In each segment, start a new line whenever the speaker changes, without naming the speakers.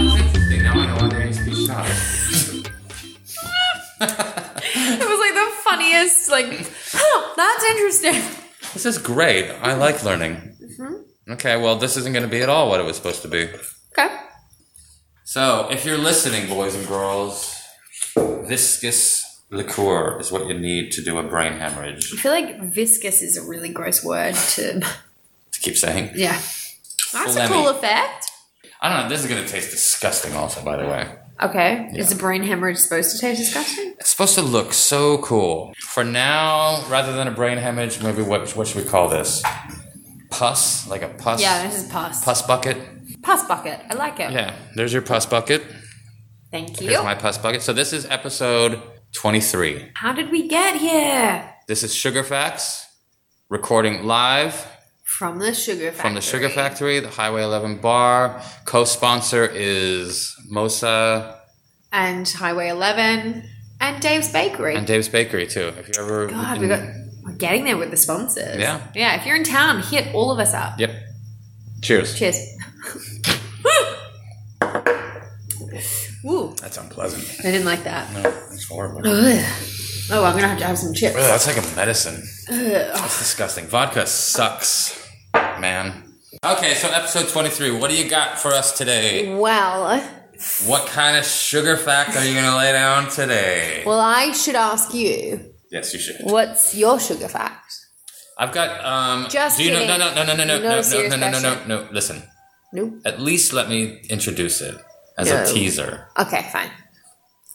that's interesting.
This is great. I like learning. Okay, well, this isn't going to be at all what it was supposed to be.
Okay.
So, if you're listening, boys and girls, viscous liqueur is what you need to do a brain hemorrhage.
I feel like viscous is a really gross word to.
To keep saying.
Yeah. That's a
Phlegmy.
cool effect.
I don't know, this is going to taste disgusting, also, by the way.
Okay. Is a brain hemorrhage supposed to taste disgusting?
It's supposed to look so cool. For now, rather than a brain hemorrhage, maybe what, what should we call this? Pus? Like a pus?
Yeah, this is pus.
Pus bucket?
Pus bucket. I like it.
Yeah, there's your pus bucket.
Thank
Here's
you.
my pus bucket. So, this is episode 23.
How did we get here?
This is Sugar Facts, recording live
From the sugar factory.
from the Sugar Factory, the Highway 11 bar. Co sponsor is Mosa
And Highway 11 and Dave's Bakery.
and Dave's Bakery, too. If you ever.
God,
in-
we got, we're getting there with the sponsors.
Yeah.
Yeah. If you're in town, hit all of us up.
Yep. Cheers.
Cheers. Ooh,
That's unpleasant.
I didn't like that.
No, that's horrible. Ugh,
Ugh. Oh, I'm gonna have to have some chips.
that's like a medicine.
Ugh.
That's disgusting. Vodka sucks, man. Okay, so episode 23. What do you got for us today?
Well,
What kind of sugar fact are you going to lay down today?
well, I should ask you,
Yes, you should.
what's your sugar fact?
I've got um.
Just
do you know,
kidding.
no, no, no, no, no, no,
No
no, no,
serious
no, no, no,
question.
no. Listen,
Nope.
at least let me introduce it as
No.
a teaser.
Okay, fine.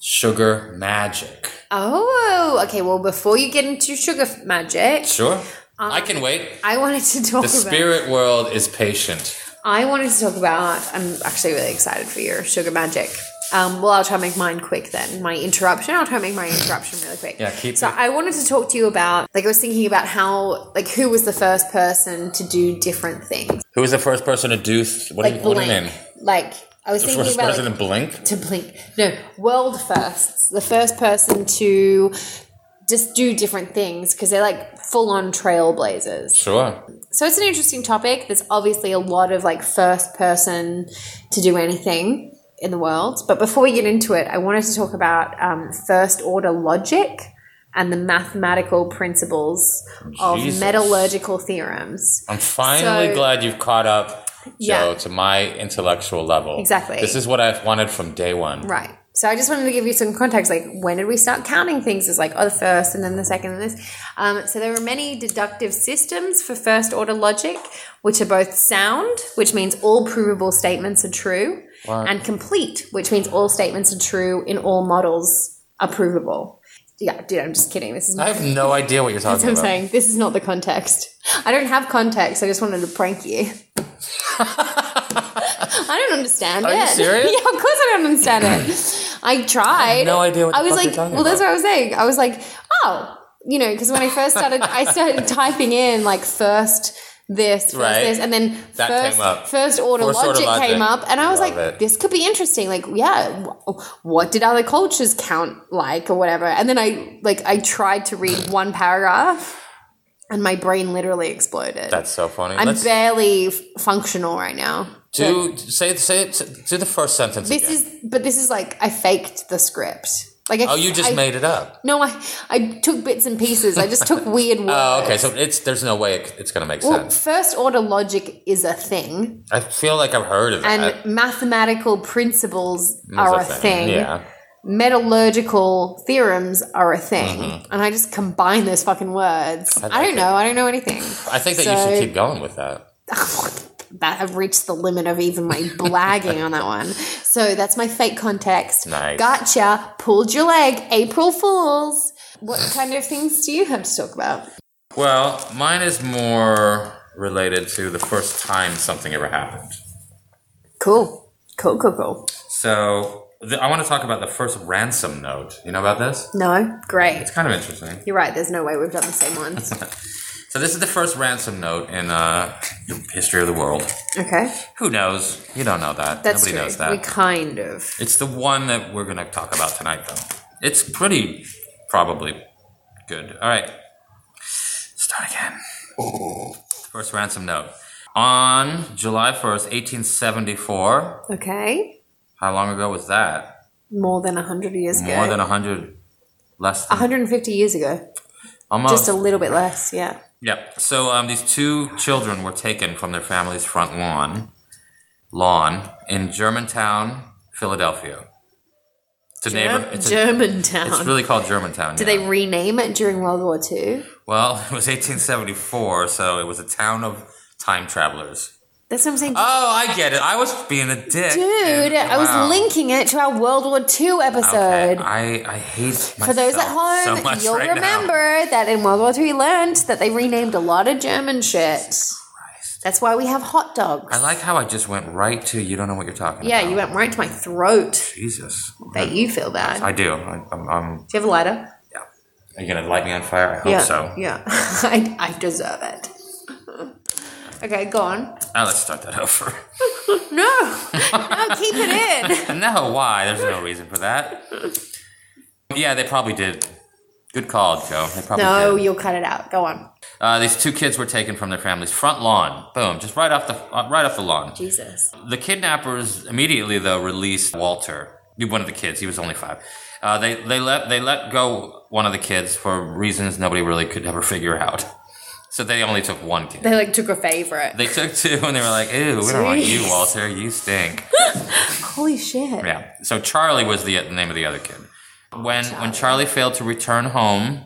Sugar magic.
Oh, okay. Well, before you get into sugar f- magic,
Sure,
Um,
I can wait.
I wanted to talk
The
about.
spirit world is patient.
I wanted to talk about. I'm actually really excited for your sugar magic. Um, well, I'll try and make mine quick then. My interruption. I'll try and make my interruption really quick.
Yeah, keep
So
it-
I wanted to talk to you about. Like, I was thinking about how, like, who was the first person to do different things,
Who was the first person to do? Th- what, do
like
you, what do you
blink.
mean?
Like, I was
The
thinking
first
about
person
like,
to blink.
to blink. No, world firsts. The first person to just do different things because they're like full on trailblazers.
Sure.
So it's an interesting topic. There's obviously a lot of like first person to do anything in the world. But before we get into it, I wanted to talk about um, first order logic and the mathematical principles of
Jesus.
metallurgical theorems.
I'm finally
So-
glad you've caught up, Joe,
Yeah.
to my intellectual level.
Exactly.
This is what I've wanted from day one.
Right. So I just wanted to give you some context. Like, when did we start counting things? It's like, oh, the first and then the second and this. Um, so there are many deductive systems for first order logic, which are both sound, which means all provable statements are true, and complete, which means all statements are true in all models are provable. Yeah, dude, I'm just kidding. This is
I
not
have no idea what you're talking
what I'm
about.
saying. This is not the context. I don't have context. I just wanted to prank you. I don't understand
Are
it.
you serious?
yeah, of course I don't understand it. I tried.
no idea what
I
the
was
fuck
like,
you're talking
well, that's
about.
what I was saying. I was like, oh, you know, because when I first started, I started typing in like first this, first
Right.
this, and then
That
first
came up.
first order
First order
logic, came
logic.
up, and I was
Love
like,
it.
this could be interesting. Like, yeah, wh- what did other cultures count like or whatever? And then I like I tried to read one paragraph, and my brain literally exploded.
That's so funny.
I'm
Let's
barely f- functional right now.
do say say it. Do the first sentence.
This
again.
is, but this is like I faked the script. Like, I,
Oh, you just
I-
made it up.
No, I I took bits and pieces. I just took weird words.
Oh, okay. So it's there's no way it, it's gonna make
Well,
sense.
first order logic is a thing,
I feel like I've heard of
and
that.
mathematical principles
It's
are a thing.
Yeah.
Metallurgical theorems are a thing, and I just combine those fucking words. I,
Mm-hmm. like
don't
it.
know. I don't know anything.
I think that you
So-
should keep going with that.
that I've reached the limit of even my blagging on that one. So that's my fake context.
Nice.
Gotcha. Pulled your leg. April Fools. What kind of things do you have to talk about?
Well, mine is more related to the first time something ever happened.
Cool. Cool, cool, cool.
So the, I want to talk about the first ransom note. You know about this?
No, great.
It's kind of interesting.
You're right. There's no way we've done the same ones.
So this is the first ransom note in uh, the history of the world.
Okay,
Who knows? You don't know that.
that's
Nobody
true.
knows that.
We kind of.
It's the one that we're going to talk about tonight, though. It's pretty probably good. All right. Start again. First ransom note. On July 1st, 1874,
Okay,
how long ago was that?
more than hundred years ago.
More than 100, less than
150 years ago.
Almost.
Just a little bit less, yeah.
Yep. So um, these two children were taken from their family's front lawn, lawn in Germantown, Philadelphia. It's a neighbor. It's, a,
Germantown.
it's really called Germantown.
Did they rename it during World War II?
Well, it was 1874, so it was a town of time travelers.
That's what I'm saying.
Oh, I get it. I was being a dick,
Dude,
and-
I
wow.
was linking it to our World War II
Okay,
episode.
I I hate myself
For those at home,
so much
you'll
right now.
remember that in World War II we learned that they renamed a lot of German shit. That's why we have hot dogs.
I like how I just went right to you. Don't know what you're talking about.
yeah, you went right to my throat.
Jesus.
Bet you feel bad.
I do. I, I'm, I'm.
Do you have a lighter?
Yeah. Are you gonna light me on fire? I hope
yeah.
so.
Yeah. I, I deserve it. okay, go on.
Now let's start that over.
No. No, keep it in.
no, why? There's no reason for that. Yeah, they probably did. Good call, Joe. They probably
No,
did.
you'll cut it out. Go on.
Uh, these two kids were taken from their family's front lawn. Boom, just right off the uh, right off the lawn.
Jesus.
The kidnappers immediately though released Walter, one of the kids. He was only five. Uh, they they let they let go one of the kids for reasons nobody really could ever figure out. So they only took one kid.
They like took a favorite.
They took two and they were like, "Ew, we don't want you,
Jeez.
Walter. You stink."
Holy shit.
Yeah. So Charlie was the, the name of the other kid. When when Charlie failed to return home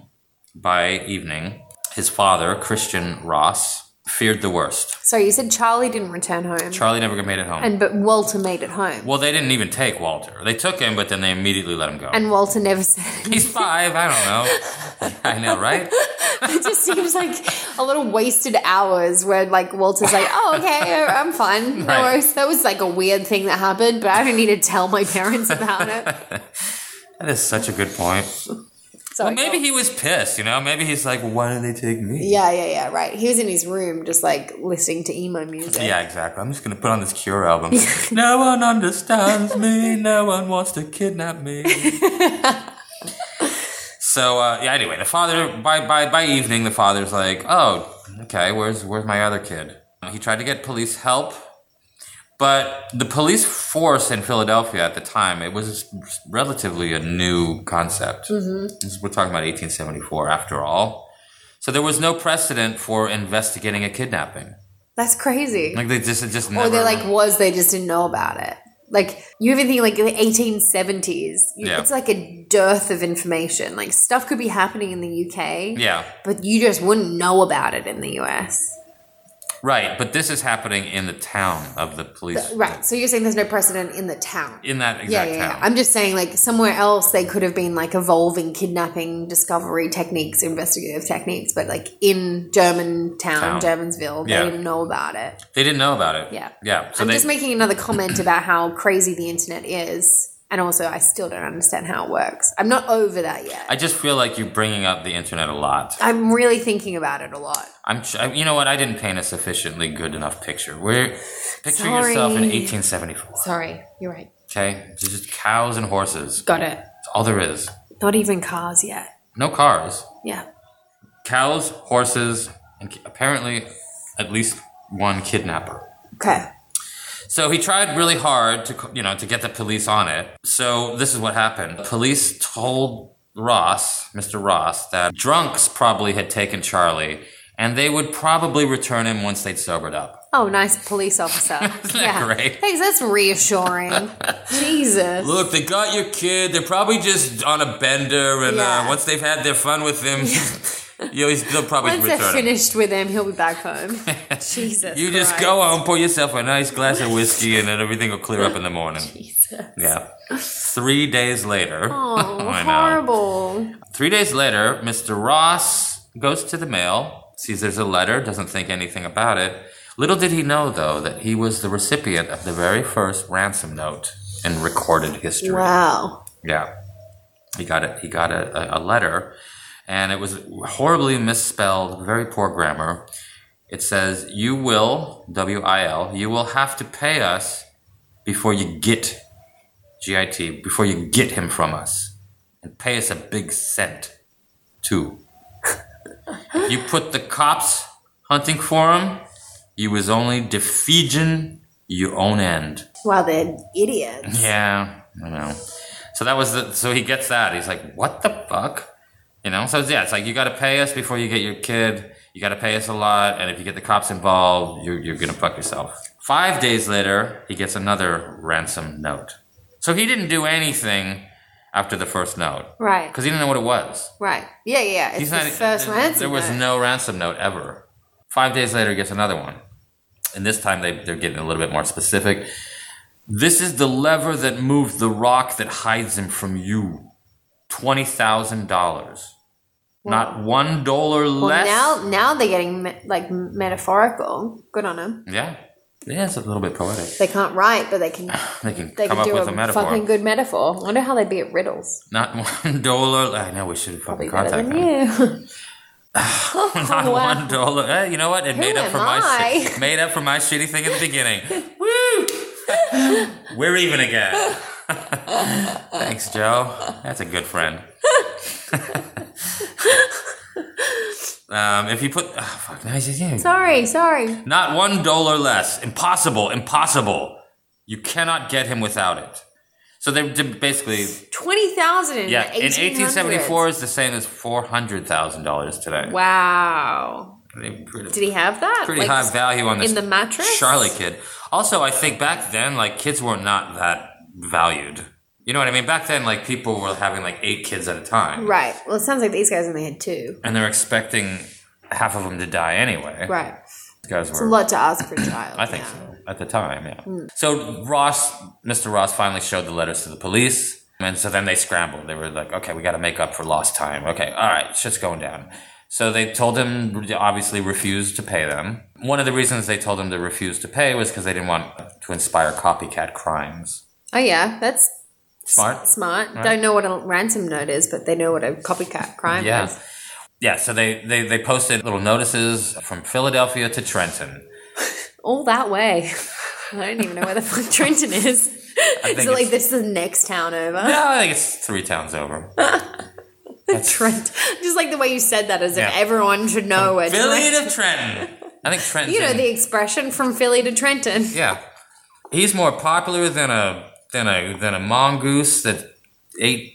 by evening, his father Christian Ross feared the worst.
So you said Charlie didn't return home,
Charlie never made it home.
and but Walter made it home,
well, they didn't even take Walter. They took him, but then they immediately let him go.
and Walter never said.
He's five. I don't know. I know, right?
It just seems like a lot of wasted hours where like Walter's like, "Oh, okay, I'm fine. No
Right.
worries." That was like a weird thing that happened, but I don't need to tell my parents about it.
That is such a good point.
So I
Maybe he was pissed. You know. Maybe he's like, why did they take me?
Yeah, yeah, yeah. Right. He was in his room, just like listening to emo music.
Yeah, exactly. I'm just gonna put on this Cure album. no one understands me. No one wants to kidnap me. so uh, yeah. Anyway, the father by by by evening, the father's like, oh, okay. Where's where's my other kid? He tried to get police help, but the police force in Philadelphia at the time it was relatively a new concept. This- We're talking about 1874, after all. So there was no precedent for investigating a kidnapping.
That's crazy.
Like they just it just
or
never.
they like was they just didn't know about it. Like you even think like the 1870s, you-
Yeah.
it's like a dearth of information. Like stuff could be happening in the UK,
yeah,
but you just wouldn't know about it in the US.
right. But this is happening in the town of the police.
Right. So you're saying there's no precedent in the town.
In that
yeah,
exact
yeah, yeah.
town.
I'm just saying, like somewhere else, they could have been like evolving kidnapping discovery techniques, investigative techniques, but like in German
Town.
town, Germansville,
Yeah.
they didn't know about it.
They didn't know about it.
Yeah.
Yeah. So
I'm
they
just making another comment about how crazy the internet is. And also, I still don't understand how it works. I'm not over that yet.
I just feel like you're bringing up the internet a lot.
I'm really thinking about it a lot.
I'm, ch- I- you know what? I didn't paint a sufficiently good enough picture. We're picture
Sorry.
yourself in 1874.
Sorry, you're right.
Okay, It's just cows and horses.
Got it.
That's all there is.
Not even cars yet.
No cars.
Yeah.
Cows, horses, and ki- apparently at least one kidnapper.
Okay.
So he tried really hard to, you know, to get the police on it. So this is what happened. Police told Ross, Mr. Ross, that drunks probably had taken Charlie and they would probably return him once they'd sobered up.
Oh, nice police officer. Isn't
that great?
Thanks. That's reassuring. Jesus.
Look, they got your kid. They're probably just on a bender and
Yeah.
uh, once they've had their fun with him, you know, he's- they'll probably
Once they're
return him.
finished with him, he'll be back home. Jesus.
You just
Christ.
go home, pour yourself a nice glass of whiskey and then everything will clear up in the morning.
Jesus.
Yeah. 3 days later.
Oh,
I know.
horrible.
Three days later, Mr. Ross goes to the mail, sees there's a letter, doesn't think anything about it. Little did he know, though, that he was the recipient of the very first ransom note in recorded history.
Wow.
Yeah. He got it. He got a, a, a letter, and it was horribly misspelled, very poor grammar. It says, "You will W I L. You will have to pay us before you get G I T before you get him from us, and pay us a big cent too. you put the cops hunting for him. You was only defeating your own end."
Wow, they're idiots.
Yeah, I know. So that was the. So he gets that. He's like, "What the fuck?" You know, so it's, yeah, it's like you got to pay us before you get your kid. You got to pay us a lot, and if you get the cops involved, you're, you're gonna fuck yourself. Five days later, he gets another ransom note. So he didn't do anything after the first note
Right.
because he didn't know what it was.
Right. Yeah, yeah, yeah. It's
He's
the
not, e-,
first
there,
ransom.
There was
note.
no ransom note ever. Five days later, he gets another one, and this time they they're getting a little bit more specific. This is the lever that moves the rock that hides him from you. Twenty thousand dollars, not one dollar
Well,
less.
now, now they're getting me- like metaphorical. Good on them.
yeah, yeah, it's a little bit poetic.
They can't write, but they can.
They can
They
Ah, come
can
up
do
with
a,
a metaphor.
fucking good metaphor. I wonder how they'd be at riddles.
Not one dollar. I know we should
Probably
fucking
better
contact
than
them.
you.
Not
Oh, Wow.
one dollar. Eh, you know what? It made up
am
for my
I?
shit. made up for my shitty thing at the beginning. Woo! We're even again. Thanks, Joe. That's a good friend. um, if you put, oh, fuck, now he's just- yeah.
Sorry, sorry.
Not one dollar less. Impossible. Impossible. You cannot get him without it. So they did basically,
Twenty thousand in
yeah. In 1874
1874.
is the same as four hundred thousand dollars today.
Wow.
They pretty-
Did he have that?
pretty
Like,
high value on this
in the mattress?
Charlie kid. Also, I think back then, like kids were not that valued. You know what I mean? Back then, like people were having like eight kids at a time,
Right. Well, it sounds like these guys only had two.
and they're expecting half of them to die anyway.
Right.
These guys
It's a
were.
lot to ask for a child.
I think
now.
so at the time, yeah.
Hmm.
So Ross, Mr. Ross, finally showed the letters to the police, and so then they scrambled. They were like, "Okay, we got to make up for lost time. Okay, all right, shit's going down." So they told him obviously refused to pay them. One of the reasons they told him to refuse to pay was because they didn't want to inspire copycat crimes.
Oh yeah, that's
Smart.
smart. Don't know what a ransom note is, but they know what a copycat crime
Yeah.
is.
Yeah, so they, they, they posted little notices from Philadelphia to Trenton.
All that way. I don't even know where the fuck Trenton is.
I
Is
think
it like
it's-
this is the next town over?
No, I think it's three towns over.
Trent. Just like the way you said that, as
Yeah.
if everyone should know where
Philly
Trenton-
to Trenton. I think Trenton.
You know the expression from Philly to Trenton.
Yeah, he's more popular than a than a than a mongoose that ate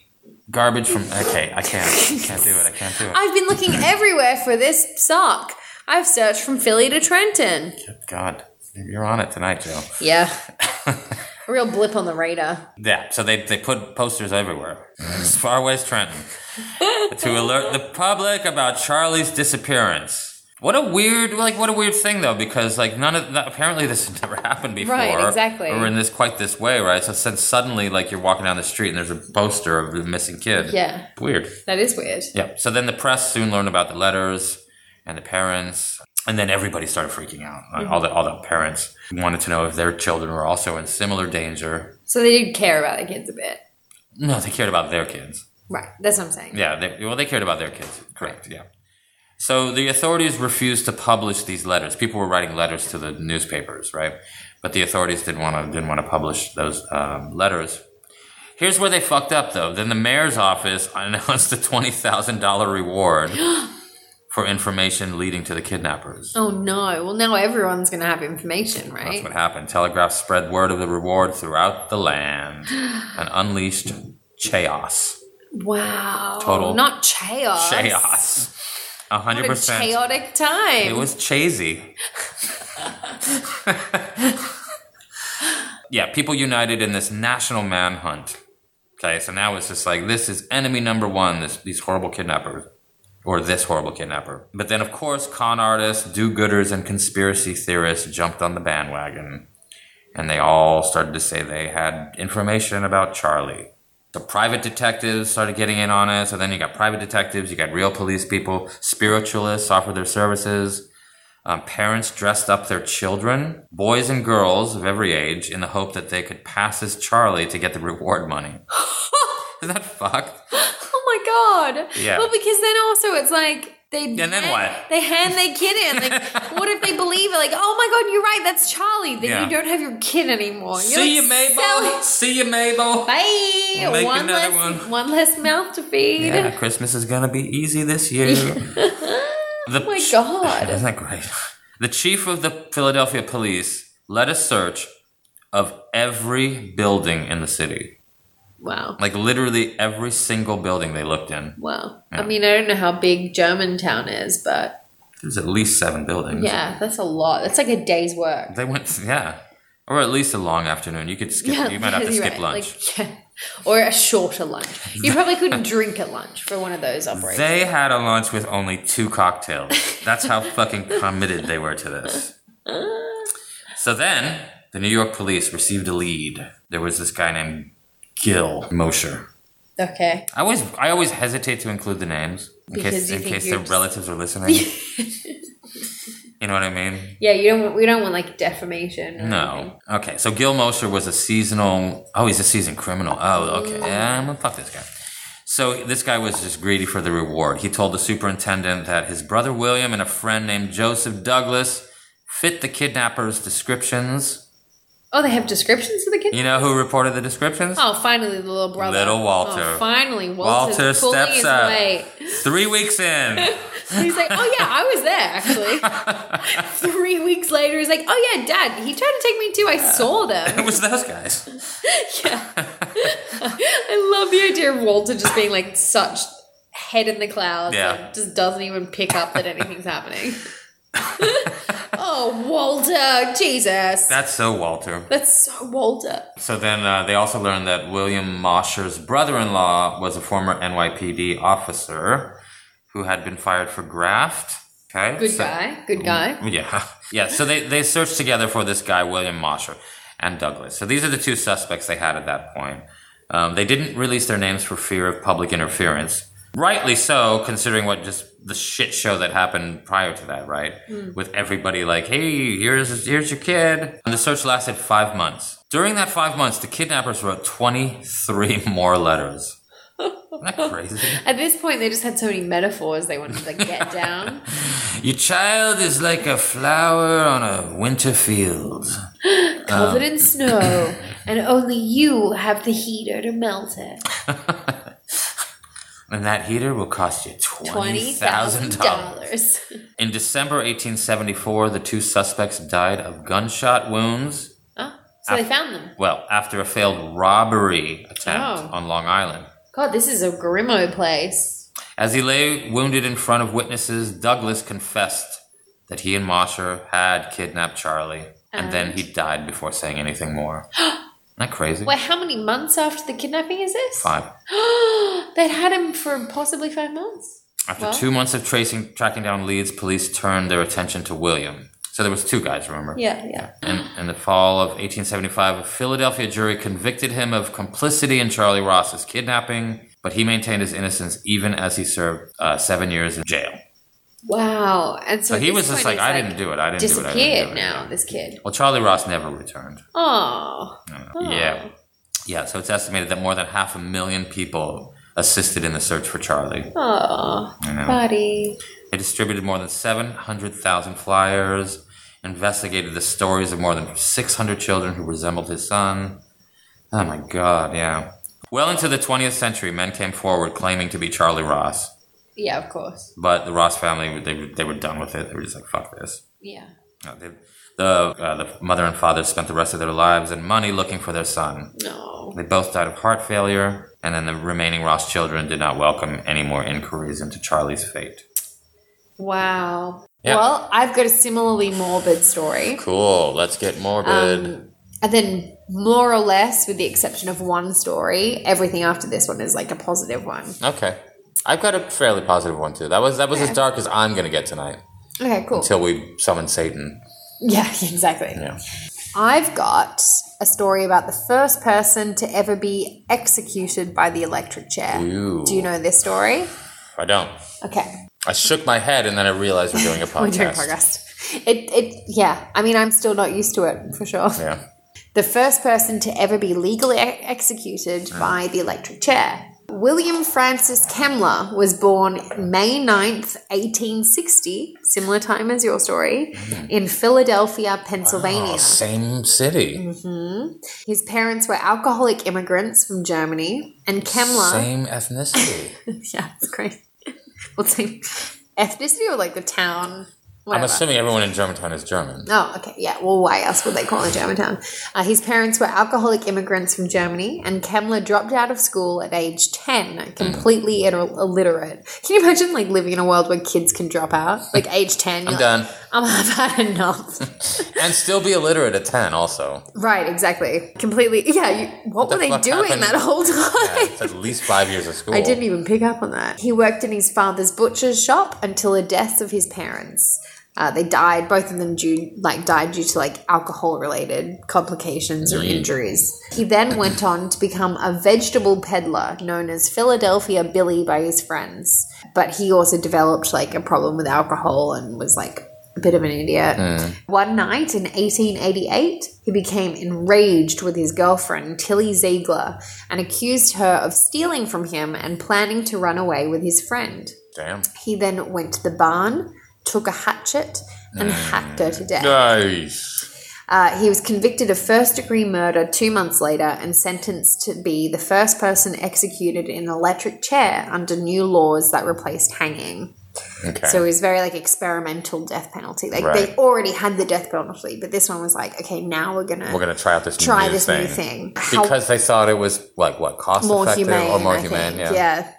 garbage from. Okay, I can't I can't do it. I can't do it.
I've been looking everywhere for this sock. I've searched from Philly to Trenton.
God, you're on it tonight, Joe.
Yeah. A real blip on the radar.
Yeah, so they they put posters everywhere as far away as Trenton to alert the public about Charlie's disappearance. What a weird, like, what a weird thing though, because like none of that, apparently this has never happened before,
Right, exactly.
or in this quite this way, right? So since suddenly like you're walking down the street and there's a poster of the missing kid,
Yeah.
weird.
That is weird.
Yeah. So then the press soon learned about the letters and the parents, and then everybody started freaking out. Like, All the all the parents wanted to know if their children were also in similar danger.
So they did care about the kids a bit.
No, they cared about their kids.
Right. That's what I'm saying.
Yeah. They, well, they cared about their kids. Correct. Yeah. So the authorities refused to publish these letters. People were writing letters to the newspapers, right? But the authorities didn't want to didn't want to publish those um, letters. Here's where they fucked up, though. Then the mayor's office announced a twenty thousand dollar reward for information leading to the kidnappers.
Oh no. Well, now everyone's going to have information,
That's
right?
what happened. Telegraph spread word of the reward throughout the land and unleashed chaos.
Wow.
Total
Not chaos.
Chaos. A hundred
What a
percent.
chaotic time.
It was cheesy. yeah, people united in this national manhunt. Okay, so now it's just like this is enemy number one. This these horrible kidnappers, or this horrible kidnapper. But then, of course, con artists, do-gooders, and conspiracy theorists jumped on the bandwagon, and they all started to say they had information about Charlie. So private detectives started getting in on it. So then you got private detectives, you got real police people, spiritualists offered their services. Um, parents dressed up their children, boys and girls of every age, in the hope that they could pass as Charlie to get the reward money. Isn't that fucked?
Oh my god.
Yeah.
Well, because then also it's like they and
then what?
They hand their kid in. Like, what if they believe it? Like, oh my god, you're right. That's Charlie. Then
Yeah.
you don't have your kid anymore. You're
See
like,
you, Mabel.
"Sell-
See you, Mabel.
Bye.
Make
one
another
less
one.
one. less mouth to feed.
Yeah, Christmas is gonna be easy this year. The
Oh my
ch-
god.
Isn't that great? The chief of the Philadelphia police led a search of every building in the city.
Wow.
Like literally every single building they looked in.
Wow.
Yeah.
I mean, I don't know how big Germantown is, but
There's at least seven buildings.
yeah, that's a lot. That's like a day's work.
They went, yeah. Or at least a long afternoon. You could skip,
Yeah,
you might have to
you're
skip
right.
lunch.
Like, yeah. Or a shorter lunch. You probably couldn't drink at lunch for one of those operations.
They had a lunch with only two cocktails. That's how fucking committed they were to this. So then, the New York police received a lead. There was this guy named Gil Mosher.
okay.
I always, I always hesitate to include the names in
Because
case,
you
in
think
case
you're
their relatives
just-
are listening. you know what I mean?
Yeah, you don't. Want, we don't want like defamation. or anything.
No. Okay. So Gil Mosher was a seasonal. Oh, he's a seasoned criminal. Oh, okay. Yeah, I'm gonna fuck this guy. So this guy was just greedy for the reward. He told the superintendent that his brother William and a friend named Joseph Douglas fit the kidnappers' descriptions.
Oh, they have descriptions of the kids.
You know who reported the descriptions?
Oh, finally, the little brother.
Little
Oh,
Walter.
finally,
Walter
Walter's pulling
steps
his
up.
way.
Three weeks in.
He's like, oh yeah, I was there actually. Three weeks later, he's like, oh yeah, Dad, he tried to take me too. I saw them.
It was those guys.
yeah. I love the idea of Walter just being like such head in the clouds.
Yeah.
and just doesn't even pick up that anything's happening. oh, Walter, Jesus.
That's so Walter.
That's so Walter.
So then uh, they also learned that William Mosher's brother in law was a former NYPD officer who had been fired for graft. Okay.
Good
so- Mm.
guy. Good guy.
Yeah. Yeah. So they, they searched together for this guy, William Mosher, and Douglas. So these are the two suspects they had at that point. Um, they didn't release their names for fear of public interference. Rightly so, considering what just the shit show that happened prior to that, right? With everybody like, hey, here's here's your kid. And the search lasted five months. During that five months, the kidnappers wrote 23 more letters. Isn't that crazy?
At this point, they just had so many metaphors they wanted to like get down.
Your child is like a flower on a winter field. Uh.
covered in snow, and only you have the heater to melt it.
And that heater will cost you $20,000.
$20,000.
In December 1874, the two suspects died of gunshot wounds.
Oh, so they found them.
Well, after a failed robbery attempt
Oh.
on Long Island.
God, this is a grimo place.
As he lay wounded in front of witnesses, Douglas confessed that he and Mosher had kidnapped Charlie, and then he died before saying anything more. Isn't that crazy?
Wait, how many months after the kidnapping is this?
Five.
They'd had him for possibly five months.
After
Well-
two months of tracing, tracking down leads, police turned their attention to William. So there was two guys, remember?
Yeah, yeah.
In, in the fall of 1875, a Philadelphia jury convicted him of complicity in Charlie Ross's kidnapping, but he maintained his innocence even as he served uh, seven years in jail.
Wow. And so,
So
at
he
this
was just
point,
like,
he's
I didn't do it. I didn't do it. I didn't
Disappeared
do it.
now. This kid.
Well, Charlie Ross never returned.
Oh.
Yeah. Yeah, so it's estimated that more than half a million people assisted in the search for Charlie.
Oh.
I know.
Buddy.
They distributed more than 700,000 flyers, investigated the stories of more than 600 children who resembled his son. Oh my god, yeah. Well into the 20th century, men came forward claiming to be Charlie Ross,
Yeah, of course.
but the Ross family, they, they were done with it. They were just like, fuck this.
Yeah.
No, they, the, uh, the mother and father spent the rest of their lives and money looking for their son.
No.
They both died of heart failure, and then the remaining Ross children did not welcome any more inquiries into Charlie's fate.
Wow.
Yeah.
Well, I've got a similarly morbid story.
Cool, let's get morbid.
Um, and then, more or less, with the exception of one story, everything after this one is like a positive one.
Okay. I've got a fairly positive one too. That was that was as dark as I'm gonna get tonight.
Okay, cool.
Till we summon Satan.
yeah, exactly.
Yeah.
I've got a story about the first person to ever be executed by the electric chair.
Ooh.
Do you know this story?
I don't.
Okay,
I shook my head and then I realized we're doing a podcast.
we're doing podcast. It, it, yeah. I mean, I'm still not used to it for sure.
Yeah.
the first person to ever be legally e- executed by the electric chair. William Francis Kemmler was born May 9th, 1860, similar time as your story, in Philadelphia, Pennsylvania.
Oh, same city.
His parents were alcoholic immigrants from Germany, and Kemmler.
Same ethnicity.
Yeah, it's great. What's same ethnicity or like the town?
I'm
Whatever.
assuming everyone in Germantown is German.
Oh, okay. Yeah. Well, why else would they call it Germantown? Uh, his parents were alcoholic immigrants from Germany, and Kemmler dropped out of school at age 10, completely
Mm.
ill- illiterate. Can you imagine, like, living in a world where kids can drop out? Like, age 10, you're
I'm
like,
done.
I'm, I've had enough.
And still be illiterate at 10, also.
right, exactly. Completely. Yeah, you, what,
the
were they
fuck
doing
happened?
that whole
Yeah,
time?
it's at least five years of school.
I didn't even pick up on that. He worked in his father's butcher's shop until the deaths of his parents. Uh, they died, both of them due like died due to like alcohol related complications or injuries. He then went on to become a vegetable peddler known as Philadelphia Billy by his friends. But he also developed like a problem with alcohol and was like a bit of an idiot. One night in 1888, he became enraged with his girlfriend, Tilly Ziegler, and accused her of stealing from him and planning to run away with his friend.
Damn.
He then went to the barn, took a hatchet, and hacked her to death.
Nice.
Uh, he was convicted of first degree murder two months later and sentenced to be the first person executed in an electric chair under new laws that replaced hanging.
Okay.
So it was very like experimental death penalty. Like they
Right.
already had the death penalty, but this one was like, okay, now we're gonna,
We're going to try out this
try
new
this
thing.
new thing. How
Because they thought it was, like, what, cost
more
effective
humane,
or more
I
humane?
think.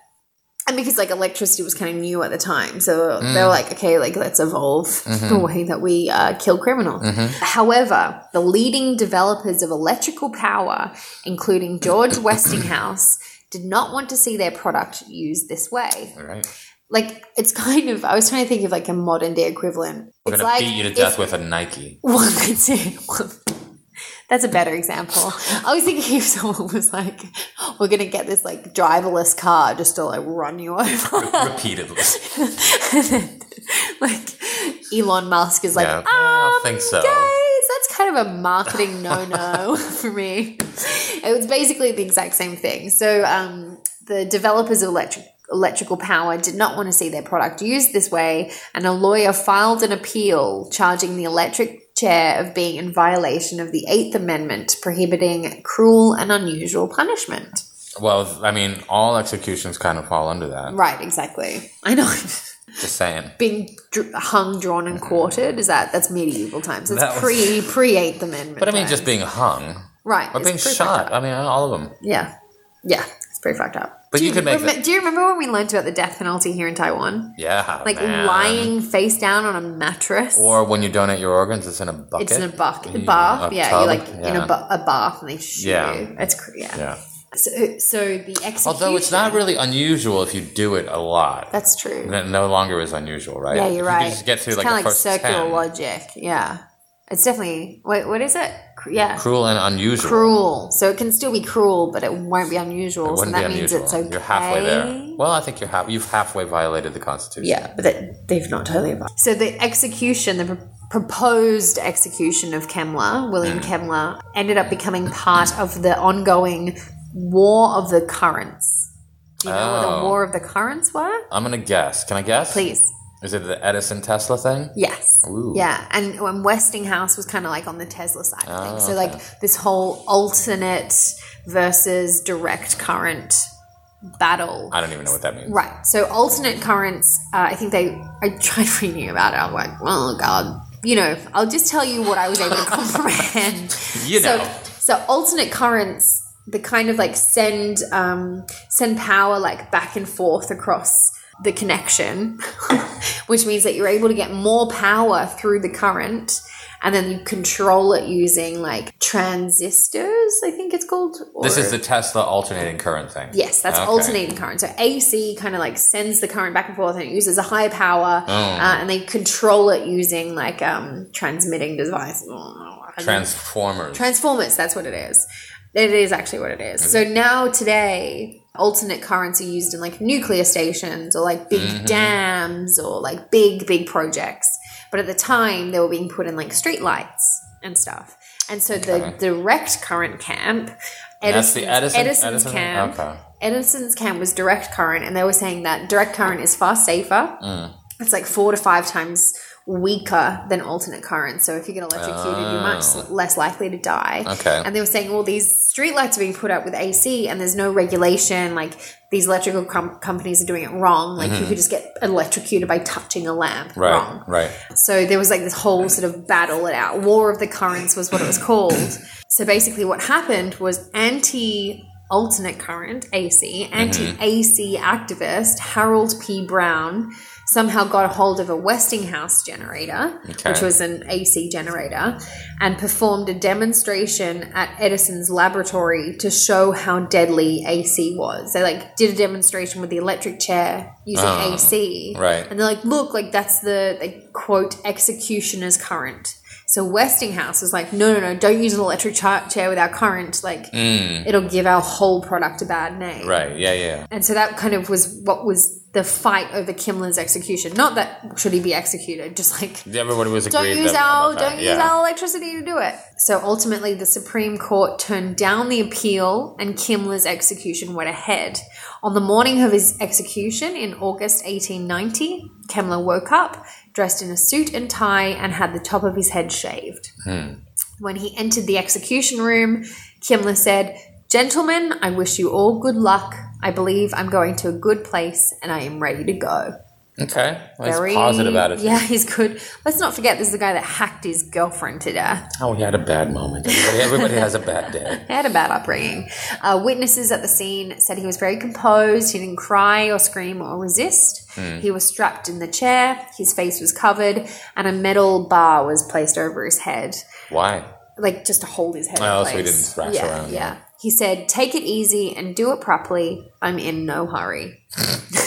And because like electricity was kind of new at the time, so
Mm.
they were like, okay, like let's evolve
Mm-hmm.
the way that we uh, kill criminals. However, the leading developers of electrical power, including George Westinghouse, did not want to see their product used this way
All right.
like it's kind of I was trying to think of like a modern day equivalent.
We're
it's
going
like
to beat you to
if-
death with a Nike.
Well, that's it. That's a better example. I was thinking if someone was like, "We're gonna get this like driverless car just to like run you over,"
Repeatedly.
and then, like Elon Musk is like,
Yeah, I
"Um,
don't think so."
guys, that's kind of a marketing no-no for me." It was basically the exact same thing. So, um, the developers of electric electrical power did not want to see their product used this way, and a lawyer filed an appeal charging the electric chair of being in violation of the Eighth Amendment, prohibiting cruel and unusual punishment.
Well, I mean, all executions kind of fall under that.
Right, exactly. I know.
Just saying.
being dr- hung, drawn, and quartered is that that's medieval times. It's
That was-
pre pre Eighth Amendment.
But I mean,
times.
just being hung
right.
or
it's
being
pretty
shot.
fucked
I
up.
mean, all of them.
Yeah, yeah, it's pretty fucked up.
But you could make
Remem-
that.
Do you remember when we learned about the death penalty here in Taiwan?
Yeah.
Like
man.
lying face down on a mattress.
Or when you donate your organs, it's in a bucket.
it's in a bucket,
Mm,
bath.
a
yeah,
tub,
you're like in
yeah.
a, ba- a bath, and they shoot
Yeah.
you. It's cr- yeah.
Yeah.
So, so the execution.
Although it's not really unusual if you do it a lot.
That's true.
That no longer is unusual, right?
Yeah, you're right.
You can just get through like
it's
the
kind of like
first
circular
10.
logic. Yeah, it's definitely. Wait, what is it? Cr- Yeah,
Cruel and unusual.
cruel. So it can still be cruel, but it won't be unusual.
It
so
wouldn't
that
be
means
unusual.
it's okay.
You're halfway there. Well, I think you're half. You've halfway violated the Constitution.
Yeah, but that, they've not totally involved. So the execution, the pr- proposed execution of Kemmler,
Mm.
William Kemmler, ended up becoming part of the ongoing War of the Currents. Do you know what
Oh.
the War of the Currents were?
I'm gonna guess. Can I guess?
Please.
Is it the Edison Tesla thing?
Yes.
Ooh.
Yeah, and when Westinghouse was kind of like on the Tesla side of things. So
Oh, okay.
like this whole alternate versus direct current battle.
I don't even know what that means.
Right. So alternate currents. Uh, I think they. I tried reading about it. I'm like, oh god. You know, I'll just tell you what I was able to comprehend.
You know.
So, so alternate currents, the kind of like send um, send power like back and forth across the connection, which means that you're able to get more power through the current. And then you control it using like transistors, I think it's called.
This
or-
is the Tesla alternating current thing.
Yes, that's
Okay.
alternating current. So AC kind of like sends the current back and forth, and it uses a high power,
Oh.
uh, and they control it using like um, transmitting device.
Transformers.
Transformers. That's what it is. It is actually what it is. So now today, alternate currents are used in like nuclear stations or like big
Mm-hmm.
dams or like big big projects. But at the time, they were being put in like streetlights and stuff. And so the direct current camp,
That's
Edison's,
the Edison.
Edison's
Edison-
camp,
Okay.
Edison's camp was
Mm.
direct current, and they were saying that direct current is far safer. It's like four to five times weaker than alternate currents. So if you get electrocuted, you're much less likely to die.
Oh. Okay.
And they were saying all these streetlights are being put up with AC, and there's no regulation. Like these electrical com- companies are doing it wrong. Like you could just get electrocuted by touching a lamp
Mm-hmm. Right.
wrong.
Right.
So there was like this whole sort of battle it out. War of the Currents was what it was called. So basically, what happened was anti alternate current AC, anti AC activist Harold P. Brown somehow got a hold of a Westinghouse generator,
Okay.
which was an AC generator, and performed a demonstration at Edison's laboratory to show how deadly AC was. They like did a demonstration with the electric chair using
Ah,
AC.
right.
And they're like, look, like that's the like, quote executioner's current. So Westinghouse was like, no, no, no, don't use an electric cha- chair with our current. Like it'll give our whole product a bad name.
Mm. Right. Yeah. Yeah.
And so that kind of was what was the fight over Kimler's execution. Not that should he be executed, just like
Everybody was
don't
agreed.
use
that-
our
about that.
don't use
Yeah.
our electricity to do it. So ultimately, the Supreme Court turned down the appeal, and Kimler's execution went ahead. On the morning of his execution in August 1890, Kemmler woke up dressed in a suit and tie and had the top of his head shaved. When he entered the execution room, Kimler said, "Gentlemen, I wish you all good luck. I believe I'm going to a good place, and I am ready to go."
Okay. Well,
very
That's positive attitude.
Yeah, he's good. Let's not forget this is the guy that hacked his girlfriend to death.
Oh, he had a bad moment. Everybody, everybody has a bad day.
He had a bad upbringing. Uh, witnesses at the scene said he was very composed. He didn't cry or scream or resist.
Hmm.
He was strapped in the chair. His face was covered, and a metal bar was placed over his head,
Why?
like just to hold his head.
Oh,
in
so
place.
he didn't thrash
yeah,
around,
Yeah. He said, "Take it easy and do it properly. I'm in no hurry."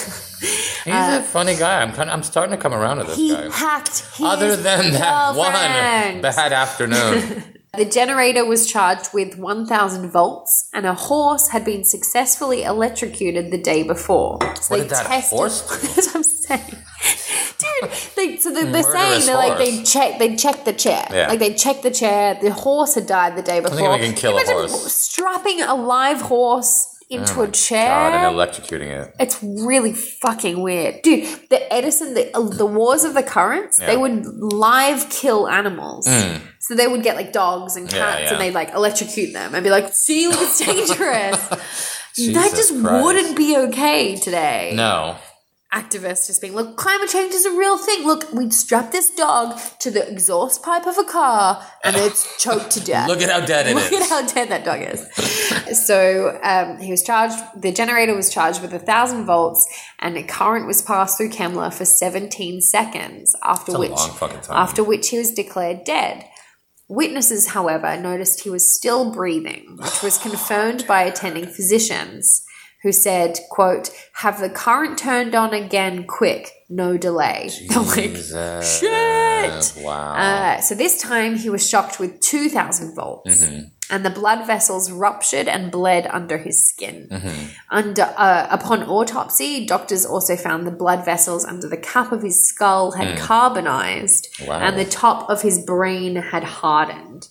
He's a funny guy. I'm kind of, I'm starting to come around to this
Uh, He
guy.
hacked. His
Other than that one
girlfriend.
bad afternoon.
The generator was charged with 1,000 volts, and a horse had been successfully electrocuted the day before. So
What
they
did that
tested-
horse do?
That's what I'm saying. Dude, they, so they, they're
Murderous
saying they're like they
horse.
check they checked the chair,
Yeah.
like they checked the chair. The horse had died the day before.
they can kill a
Imagine
horse. Oh
Strapping a live horse into a chair.
God, and electrocuting it.
It's really fucking weird, dude. The Edison, the uh, the wars of the currents,
Yeah. Hmm.
they would live kill animals. So they would get like dogs and cats,
Yeah, yeah.
and they would like electrocute them and be like, "See, look, it's dangerous." that
Jesus
just
Christ.
wouldn't be okay today.
No.
Activists just being, "Look, climate change is a real thing. Look, we strap this dog to the exhaust pipe of a car, and it's choked to death."
Look at how dead it
Look at
is.
how dead that dog is. so um, he was charged. The generator was charged with a thousand volts, and a current was passed through Kemmler for 17 seconds. After
That's a
which,
long fucking time.
after which he was declared dead. Witnesses, however, noticed he was still breathing, which was confirmed by attending physicians who said, "quote Have the current turned on again, quick, no delay." I'm like,
Jesus.
Shit!
Wow.
uh, so this time he was shocked with 2,000 volts.
Mm-hmm.
And the blood vessels ruptured and bled under his skin.
Mm-hmm.
Under uh, upon autopsy, doctors also found the blood vessels under the cap of his skull had carbonized,
Mm. Wow.
and the top of his brain had hardened.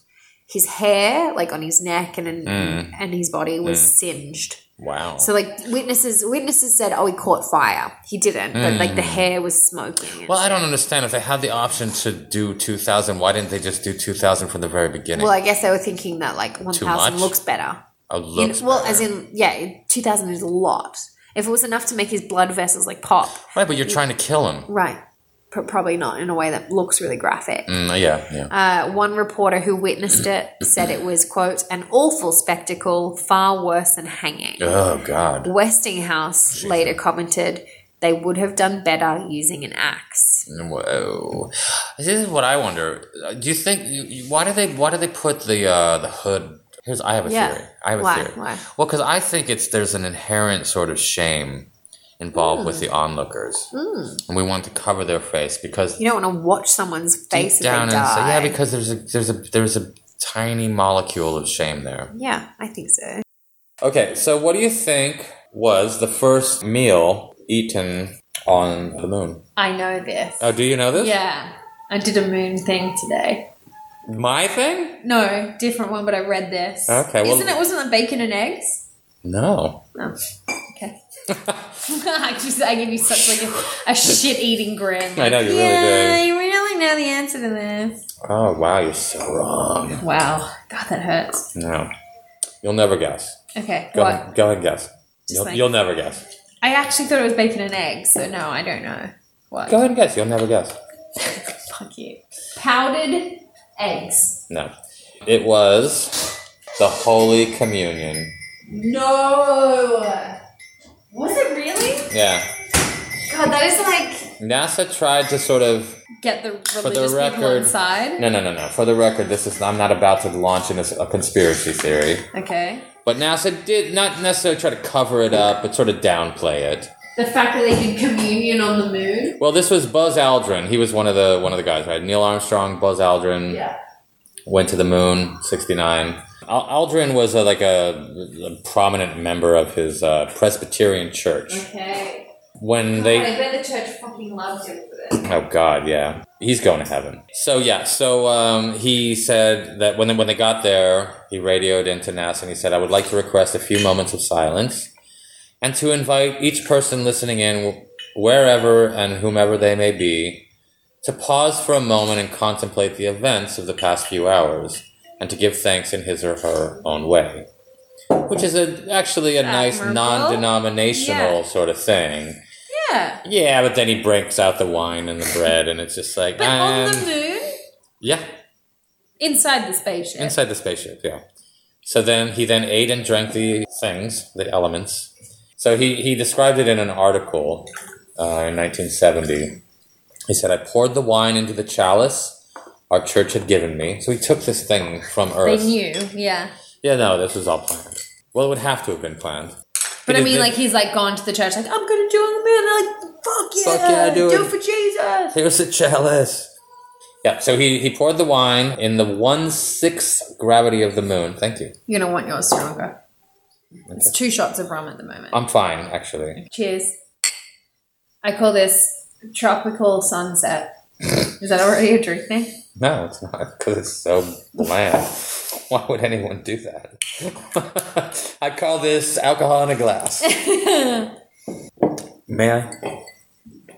His hair, like on his neck and in,
Mm.
and his body, was singed.
wow.
So, like witnesses, witnesses said, "Oh, he caught fire." He didn't, but like the hair was smoking.
Mm. well, I don't understand. If they had the option to do 2,000, why didn't they just do 2,000 from the very beginning?
Well, I guess they were thinking that like one thousand
much?
looks better.
oh,
You
looks
know, well,
better.
as in, yeah, two thousand is a lot. If it was enough to make his blood vessels like pop,
right, but you're trying to kill him.
right? P- probably not in a way that looks really graphic.
Mm, yeah, yeah.
Uh, one reporter who witnessed it said it was quote an awful spectacle, far worse than hanging.
oh, God.
Westinghouse later commented they would have done better using an axe.
Whoa. This is what I wonder. Uh, Do you think, you- you- why do they, why do they put the, uh, the hood? Here's, I have a
Yeah.
theory. I have a
Why?
theory.
Why?
Well, because I think it's, there's an inherent sort of shame involved
Hmm.
with the onlookers. And we want to cover their face because
You don't want to watch someone's face as they
down and say,
die.
yeah, because there's a there's a there's a tiny molecule of shame there.
yeah, I think so.
Okay, so what do you think was the first meal eaten on the moon?
I know this.
Oh, do you know this?
Yeah, I did a moon thing today.
My thing?
No, different one, but I read this.
Okay, well-
isn't it wasn't it bacon and eggs?
No.
No. Okay. I just I give you such like a, a shit eating grin.
I know, you really
yeah,
do.
you really know the answer to this.
Oh, wow, you're so wrong.
Wow. God, that hurts.
No. You'll never guess.
Okay.
Go,
what?
ahead, go ahead and guess.
Just
You'll,
like-
you'll never guess.
I actually thought it was bacon and eggs, so no, I don't know. What?
Go ahead and guess. You'll never guess.
Fuck you. Powdered eggs.
No. It was the Holy Communion.
No. Was it really?
Yeah.
God, that is like
NASA tried to sort of
get the
the
religious people
record-
inside.
No, no, no, no. For the record, this is I'm not about to launch into a conspiracy theory,
Okay.
but NASA did not necessarily try to cover it up, but sort of downplay it.
The fact that they did communion on the moon.
Well, this was Buzz Aldrin. He was one of the one of the guys, right? Neil Armstrong, Buzz Aldrin
Yeah.
went to the moon, sixty nine. Al- Aldrin was a, like a, a prominent member of his uh, Presbyterian church.
Okay.
When they
I bet the church fucking loved him for this.
Oh God, yeah, he's going to heaven. So yeah, so um, he said that when when they got there, he radioed into NASA and he said, "I would like to request a few moments of silence, and to invite each person listening in, wherever and whomever they may be, to pause for a moment and contemplate the events of the past few hours, and to give thanks in his or her own way." Which is a, actually a nice
Admirable.
non-denominational
Yeah.
sort of thing.
Yeah.
Yeah, but then he breaks out the wine and the bread, and it's just like,
But on
um,
the moon,
yeah,
inside the spaceship.
inside the spaceship, yeah. So then he then ate and drank the things, the elements. So he, he described it in an article uh, in 1970. He said, I poured the wine into the chalice our church had given me. So he took this thing from
they
Earth.
knew. Yeah.
yeah, no, this was all planned. Well, it would have to have been planned.
But I
Because
mean,
the-
like he's like gone to the church, like I'm gonna do it on the moon. And they're like, fuck yeah,
Fuck yeah, do
do
it.
it for Jesus.
Here's a chalice. Yeah, so he, he poured the wine in the one sixth gravity of the moon. Thank you.
You're gonna want yours stronger. It's two shots of rum at the moment.
I'm fine, actually.
Cheers. I call this tropical sunset. Is that already a drink name?
No, it's not because it's so bland. Why would anyone do that? I call this alcohol in a glass. May I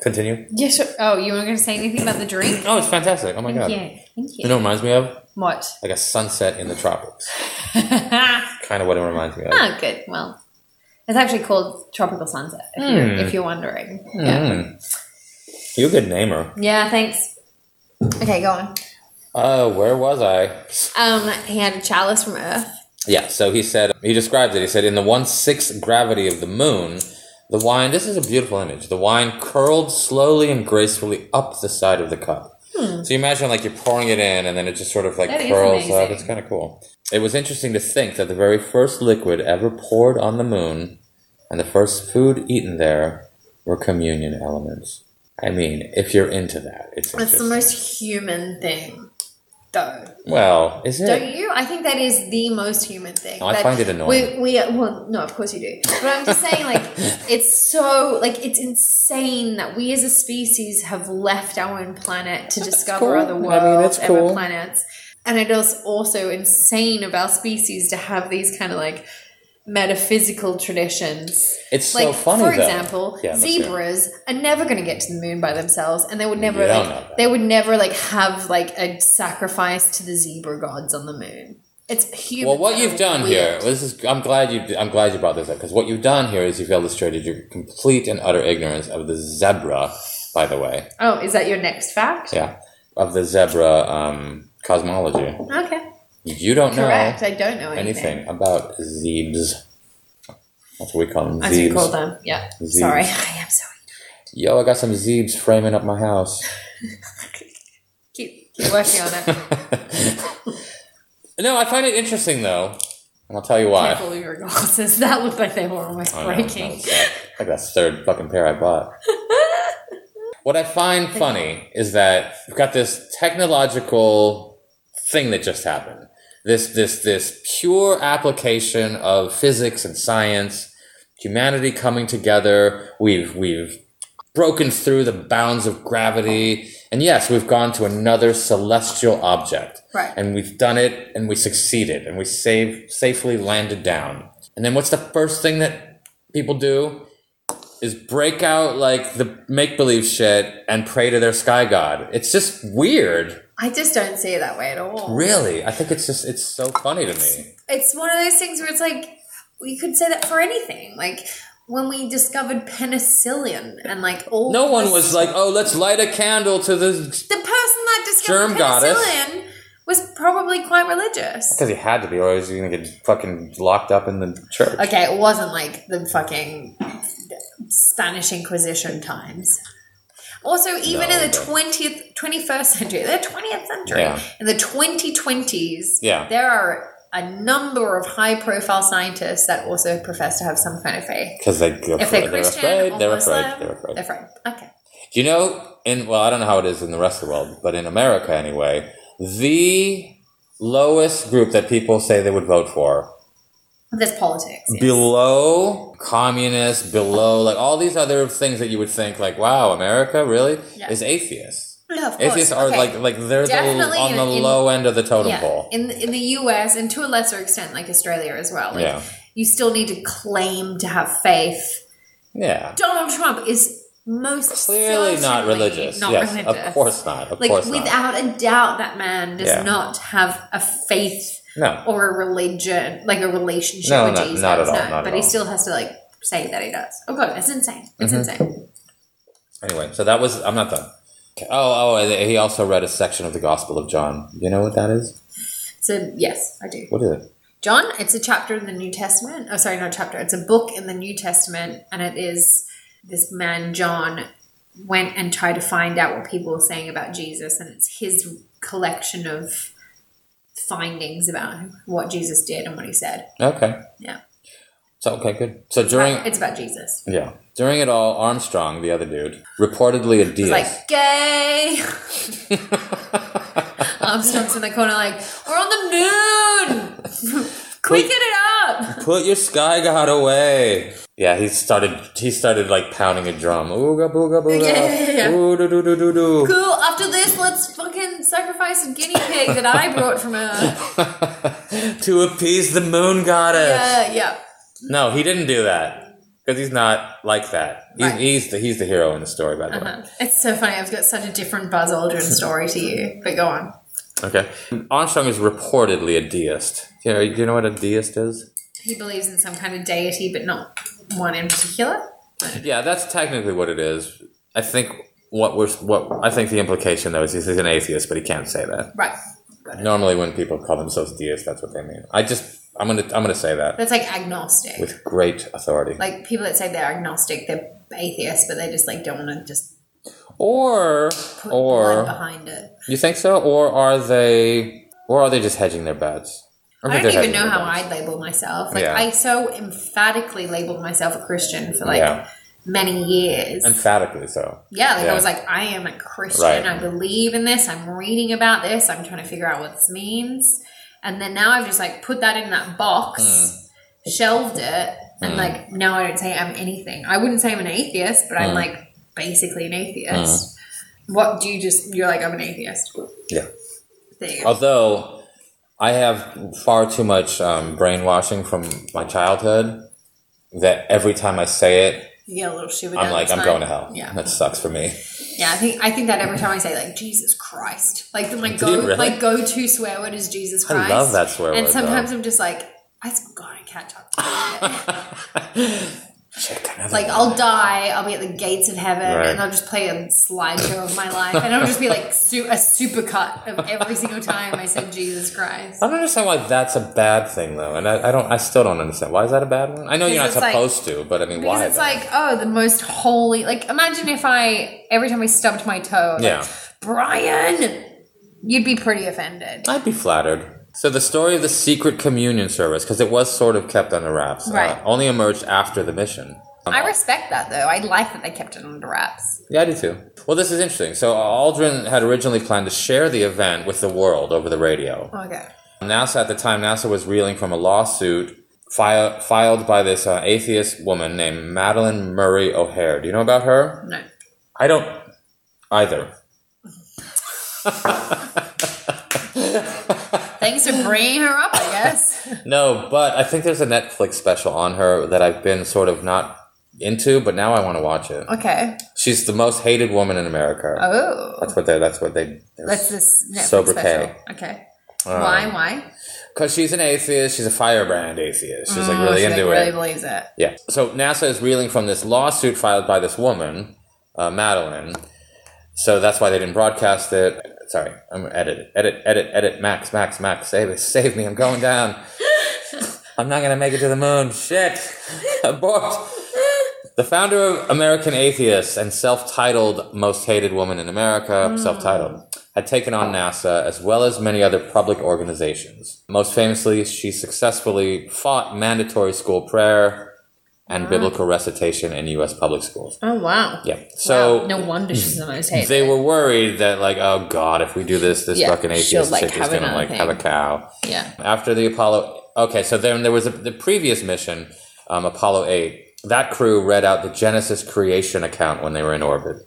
continue?
Yes. sure. Oh, you weren't gonna say anything about the drink?
Oh, it's fantastic! Oh my god!
Thank you. Thank
You
you.
know, what it reminds me of
What?
like a sunset in the tropics.
ah,
Kind of what it reminds me of.
good. Well, it's actually called tropical sunset. If,
Hmm.
you're, if you're wondering. Yeah.
Mm. You're a good namer.
Yeah. Thanks. Okay, go on.
Uh, where was I?
Um, he had a chalice from Earth.
Yeah, so he said, he described it. He said, in the one sixth gravity of the moon, the wine, this is a beautiful image, the wine curled slowly and gracefully up the side of the cup. So you imagine like you're pouring it in and then it just sort of like
Hmm. That is
curls up.
amazing.
It's kind of cool. It was interesting to think that the very first liquid ever poured on the moon and the first food eaten there were communion elements. I mean, if you're into that, it's
That's the
interesting.
most human thing, though.
well, is it?
Don't you? I think that is the most human thing.
I
That
find it annoying.
We, we, well, no, of course you do. But I'm just saying, like, it's so, like, it's insane that we as a species have left our own planet to
cool.
discover other
I mean,
worlds,
that's
other
cool.
planets. And it is also insane of our species to have these kind of like metaphysical traditions.
It's
Like,
so funny
for
though.
example,
Yeah, let's hear it.
zebras are never going to get to the moon by themselves, and they would never
You don't know
like
that.
they would never like have like a sacrifice to the zebra gods on the moon. It's human.
Well, what you've done here, well, this is. I'm glad you. I'm glad you brought this up because what you've done here is you've illustrated your complete and utter ignorance of the zebra. By the way,
Oh, is that your next fact?
yeah, of the zebra um, cosmology.
Okay,
You don't
correct.
know
I don't know anything.
anything about zebs. That's what we call them.
As we call
Zebs.
them, yeah.
Zebes.
Sorry, I am sorry.
Yo, I got some zebs framing up my house.
Keep, keep working on it.
no, I find it interesting though, and I'll tell you why.
Careful of your glasses. That looked like they were almost
I know, Oh, that
breaking.
was like- like that third fucking pair I bought. what I find funny is that we've got this technological thing that just happened. This this this pure application of physics and science, humanity coming together. We've we've broken through the bounds of gravity. And yes, we've gone to another celestial object.
Right.
And we've done it and we succeeded and we save, safely landed down. And then what's the first thing that people do? is break out like the make believe shit and pray to their sky god. It's just weird.
I just don't see it that way at all.
Really, I think it's just it's so funny to me.
It's one of those things where it's like we could say that for anything. Like when we discovered penicillin and like all
No one
this-
was like, "Oh, let's light a candle to the."
the person that discovered
Germ
penicillin
goddess.
was probably quite religious.
Because he had to be, or else he's gonna get fucking locked up in the church.
Okay, it wasn't like the fucking Spanish Inquisition times. Also, even
No,
in the
but-
twentieth, twenty-first century, the twentieth century,
Yeah.
in the twenty twenties,
Yeah.
there are a number of high-profile scientists that also profess to have some kind of faith.
Because they, they're,
If they're
afraid, they're
Christian
afraid.
or
They're
Muslim,
afraid. They're afraid.
They're afraid. Okay.
Do you know in well, I don't know how it is in the rest of the world, but in America anyway, the lowest group that people say they would vote for,
There's politics.
Mm.
yes.
below communists, below like all these other things that you would think like, wow, America really
Yeah.
is atheists.
No, of course.
Atheists are
Okay.
like like they're the,
Definitely
on the
in- in-
low end of the totem
yeah.
pole.
in in the US and to a lesser extent like Australia as well. Like,
Yeah.
you still need to claim to have faith.
yeah.
Donald Trump is most
Clearly not
certainly
religious.
not
yes,
religious.
of course not. Of
Like
course not.
without a doubt, that man does
Yeah.
not have a faith
No.
or a religion, like a relationship
No,
with
no,
Jesus.
not at all, not at
but he
all.
still has to like say that he does. Oh god, it's insane. It's
Mm-hmm.
insane.
Anyway, so that was I'm not done. Okay. Oh, oh, and he also read a section of the Gospel of John. You know what that is?
So yes, I do.
What is it?
John, it's a chapter in the New Testament. Oh, sorry, not a chapter. It's a book in the New Testament, and it is this man John went and tried to find out what people were saying about Jesus, and it's his collection of findings about what Jesus did and what he said.
Okay.
Yeah,
So okay, good. So during
Uh, it's about Jesus.
yeah, during it all, Armstrong, the other dude, reportedly a
It's
deist.
like gay. Armstrong's in the corner, like we're on the moon. Quicken it up.
Put your sky god away. Yeah, he started. He started like pounding a drum. Ooga booga booga.
Yeah, yeah, yeah, yeah.
Ooh doo doo doo doo doo.
Cool. After this, let's fucking sacrifice a guinea pig that I brought from a.
to appease the moon goddess.
Yeah, yeah.
No, he didn't do that because he's not like that. He's,
Right. Uh-huh.
he's the he's the hero in the story, by the way.
It's so funny. I've got such a different Buzz Aldrin story to you, but go on.
Okay. Armstrong is reportedly a deist. Yeah, do you know what a deist is?
He believes in some kind of deity, but not one in particular.
Yeah, that's technically what it is. I think what we're what I think the implication though is he's an atheist, but he can't say that.
Right.
Normally, when people call themselves deists, that's what they mean. I just I'm gonna I'm gonna say that
That's like agnostic.
with great authority.
like people that say they're agnostic, they're atheists, but they just like don't want to just
Or
put blood
or
behind it.
you think so? Or are they or are they just hedging their bets?
I
think
don't
they're
even
hedging
know
their
how
bets.
I'd label myself. Like
Yeah.
I so emphatically labeled myself a Christian for like
Yeah.
many years.
emphatically so.
Yeah, like
Yeah.
I was like, I am a Christian.
Right.
I believe in this. I'm reading about this. I'm trying to figure out what this means. And then now I've just like put that in that box,
Hmm.
shelved it, and like now I don't say I'm anything. I wouldn't say I'm an atheist, but
Hmm.
I'm like basically an atheist. What do you just? You're like I'm an atheist.
Yeah.
There you go.
Although I have far too much um, brainwashing from my childhood that every time I say it,
You get a little shiver.
I'm
down
like,
your
I'm
spine.
going to hell.
Yeah.
That sucks for me.
Yeah, I think I think that every time I say like Jesus Christ, like my
you
go
really?
my go to swear word is Jesus
I
Christ.
love that swear
And
word,
sometimes I'm just like, I just gotta catch up. to it."
Shit, another
like
one.
I'll die, I'll be at the gates of heaven,
Right.
and I'll just play a slideshow of my life, and it'll just be like su- a supercut of every single time I said Jesus Christ.
I don't understand why that's a bad thing though, and I, I don't. I still don't understand why is that a bad one. I know you're not
Because it's like-
supposed to, but I mean,
Because
why?
it's
though?
like, oh, the most holy. Like, imagine if I every time I stubbed my toe, like,
yeah,
Brian, you'd be pretty offended.
I'd be flattered. So the story of the secret communion service, because it was sort of kept under wraps, uh,
Right.
only emerged after the mission. Um,
I respect that though. I like that they kept it under wraps.
Yeah, I do too. Well, this is interesting. So Aldrin had originally planned to share the event with the world over the radio.
Okay.
NASA at the time, NASA was reeling from a lawsuit fi- filed by this uh, atheist woman named Madeline Murray O'Hare. Do you know about her?
No.
I don't either.
Thanks for bringing her up, I guess.
No, but I think there's a Netflix special on her that I've been sort of not into, but now I want to watch it.
Okay.
She's the most hated woman in America.
Oh.
That's what they. That's what they.
That's this Netflix
Sobriquet.
special. Okay. why? Why?
Because Uh, she's an atheist. She's a firebrand atheist. She's like really
she Mm, like,
into it.
really believes it.
Yeah. So NASA is reeling from this lawsuit filed by this woman, uh, Madeline. So that's why they didn't broadcast it. Sorry, I'm edit, edit, edit, edit. Max, Max, Max, save it, save me. I'm going down. I'm not gonna make it to the moon. Shit, abort. The founder of American Atheists and self-titled Most Hated Woman in America, self-titled, had taken on NASA as well as many other public organizations. Most famously, she successfully fought mandatory school prayer and biblical recitation in U.S. public schools.
Oh wow.
Yeah. So
Wow, no wonder she's the most hated.
they were worried that like, oh god, if we do this, this
Yeah,
fucking
she'll,
atheist
like,
chick is
have
gonna
another
like
thing.
have a cow.
yeah.
After the Apollo, okay, so then there was a, the previous mission, um, Apollo eight. That crew read out the Genesis creation account when they were in orbit.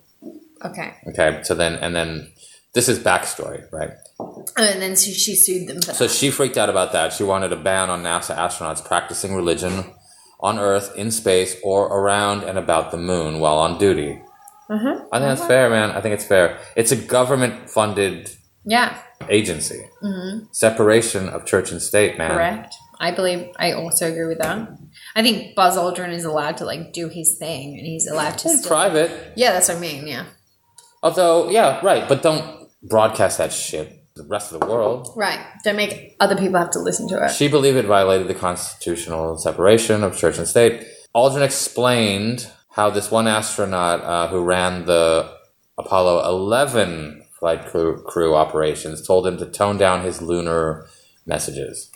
Okay.
Okay, so then and then this is backstory, right?
Oh, And then she, she sued them for
So
that.
she freaked out about that. She wanted a ban on NASA astronauts practicing religion on Earth, in space, or around and about the moon while on duty. I think that's fair, man. I think it's fair. It's a government funded
Yeah.
agency. Separation of church and state, man.
Correct. I believe. I also agree with that. I think Buzz Aldrin is allowed to like do his thing, and he's allowed to.
In
Still,
private.
yeah, that's what I mean. Yeah.
Although, yeah, right. But don't broadcast that shit to the rest of the world.
Right. Don't make other people have to listen to it.
She believed it violated the constitutional separation of church and state. Aldrin explained how this one astronaut uh, who ran the Apollo 11 flight crew, crew operations told him to tone down his lunar messages.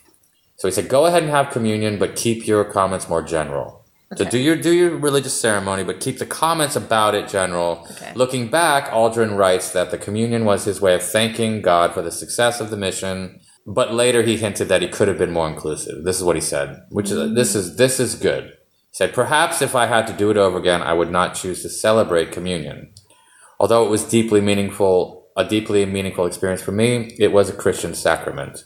So he said, "Go ahead and have communion, but keep your comments more general. So
Okay.
do your do your religious ceremony, but keep the comments about it general."
Okay.
Looking back, Aldrin writes that the communion was his way of thanking God for the success of the mission. But later he hinted that he could have been more inclusive. This is what he said, which
Mm-hmm.
is this is this is good. He said, "Perhaps if I had to do it over again, I would not choose to celebrate communion." Although it was deeply meaningful, a deeply meaningful experience for me, it was a Christian sacrament.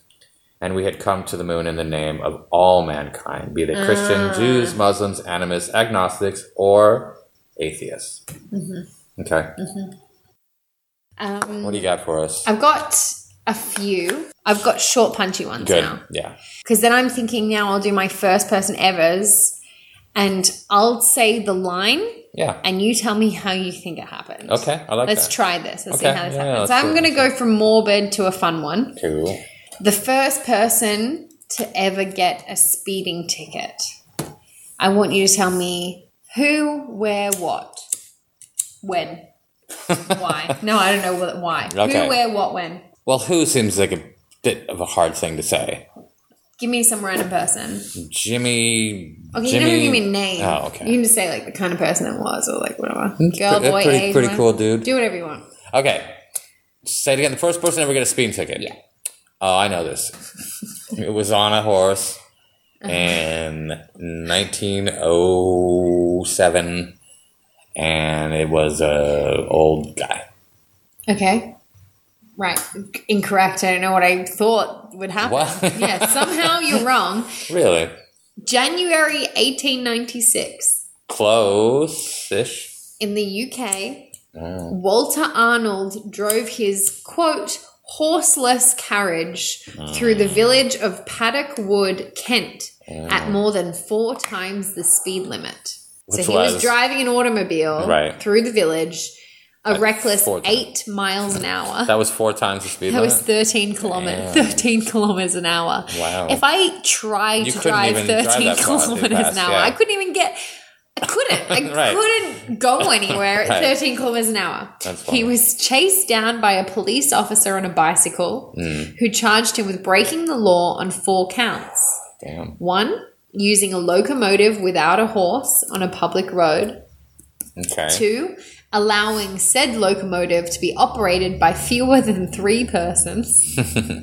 And we had come to the moon in the name of all mankind, be they Christian,
Ah.
Jews, Muslims, animists, agnostics, or atheists.
Mm-hmm.
Okay.
Um,
What do you got for us?
I've got a few. I've got short, punchy ones
Good.
now.
Yeah.
Because then I'm thinking now I'll do my first person ever's, and I'll say the line,
Yeah.
and you tell me how you think it happened.
Okay. I like
Let's
that.
try this. Let's see
Okay,
how this
yeah,
happens.
let's do
I'm
it.
going to go from morbid to a fun one.
cool.
The first person to ever get a speeding ticket. I want you to tell me who, where, what, when, why. No, I don't know what, why.
Okay.
Who, where, what, when.
Well, who seems like a bit of a hard thing to say?
Give me some random person.
Jimmy. Jimmy,
Okay, you don't have to Oh, give me a name.
Oh, okay.
You can just say like the kind of person it was or like whatever. Girl,
pretty-
boy,
pretty-
age,
pretty
whatever.
cool dude.
Do whatever you want.
Okay. Say it again. The first person ever get a speeding ticket.
Yeah.
Oh, I know this. it was on a horse
Uh-huh.
in 1907, and it was a old guy.
Okay. Right. Incorrect. I don't know what I thought would happen.
What?
yeah, somehow you're wrong.
Really
January 1896,
close-ish.
in the UK, Walter Arnold drove his quote, horseless carriage through
Mm.
the village of Paddock Wood, Kent, at more than four times the speed limit.
Which
so he
was-
was driving an automobile
Right.
through the village, a reckless
four times.
eight miles an hour.
That was four times the speed
That
limit.
was 13 kilometers, 13 kilometers an hour.
Wow.
If I tried
You
to
couldn't
drive
even
13
drive that far too
kilometers
fast,
an hour,
yeah.
I couldn't even get, I couldn't, I
Right.
couldn't go anywhere at
Right.
13 kilometers an hour.
That's
he
funny.
was chased down by a police officer on a bicycle
Hmm.
who charged him with breaking the law on four counts.
Damn.
One, using a locomotive without a horse on a public road.
Okay.
Two, allowing said locomotive to be operated by fewer than three persons.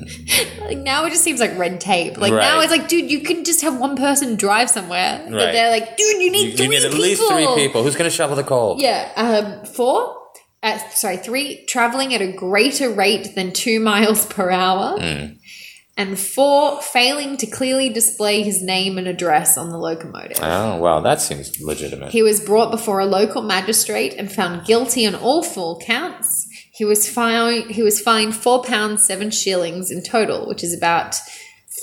like now it just seems like red tape. Like now
Right.
it's like, dude, you can just have one person drive somewhere.
Right.
But they're like, dude, you
You,
need
you
three
need at
people.
least three people. Who's gonna shovel the coal?
Yeah. Um, four. Uh,
Hmm.
sorry, three. Traveling at a greater rate than two miles per hour. and four, failing to clearly display his name and address on the locomotive.
Oh, wow, that seems legitimate.
He was brought before a local magistrate and found guilty on all four counts. He was fined. He was fined four pounds seven shillings in total, which is about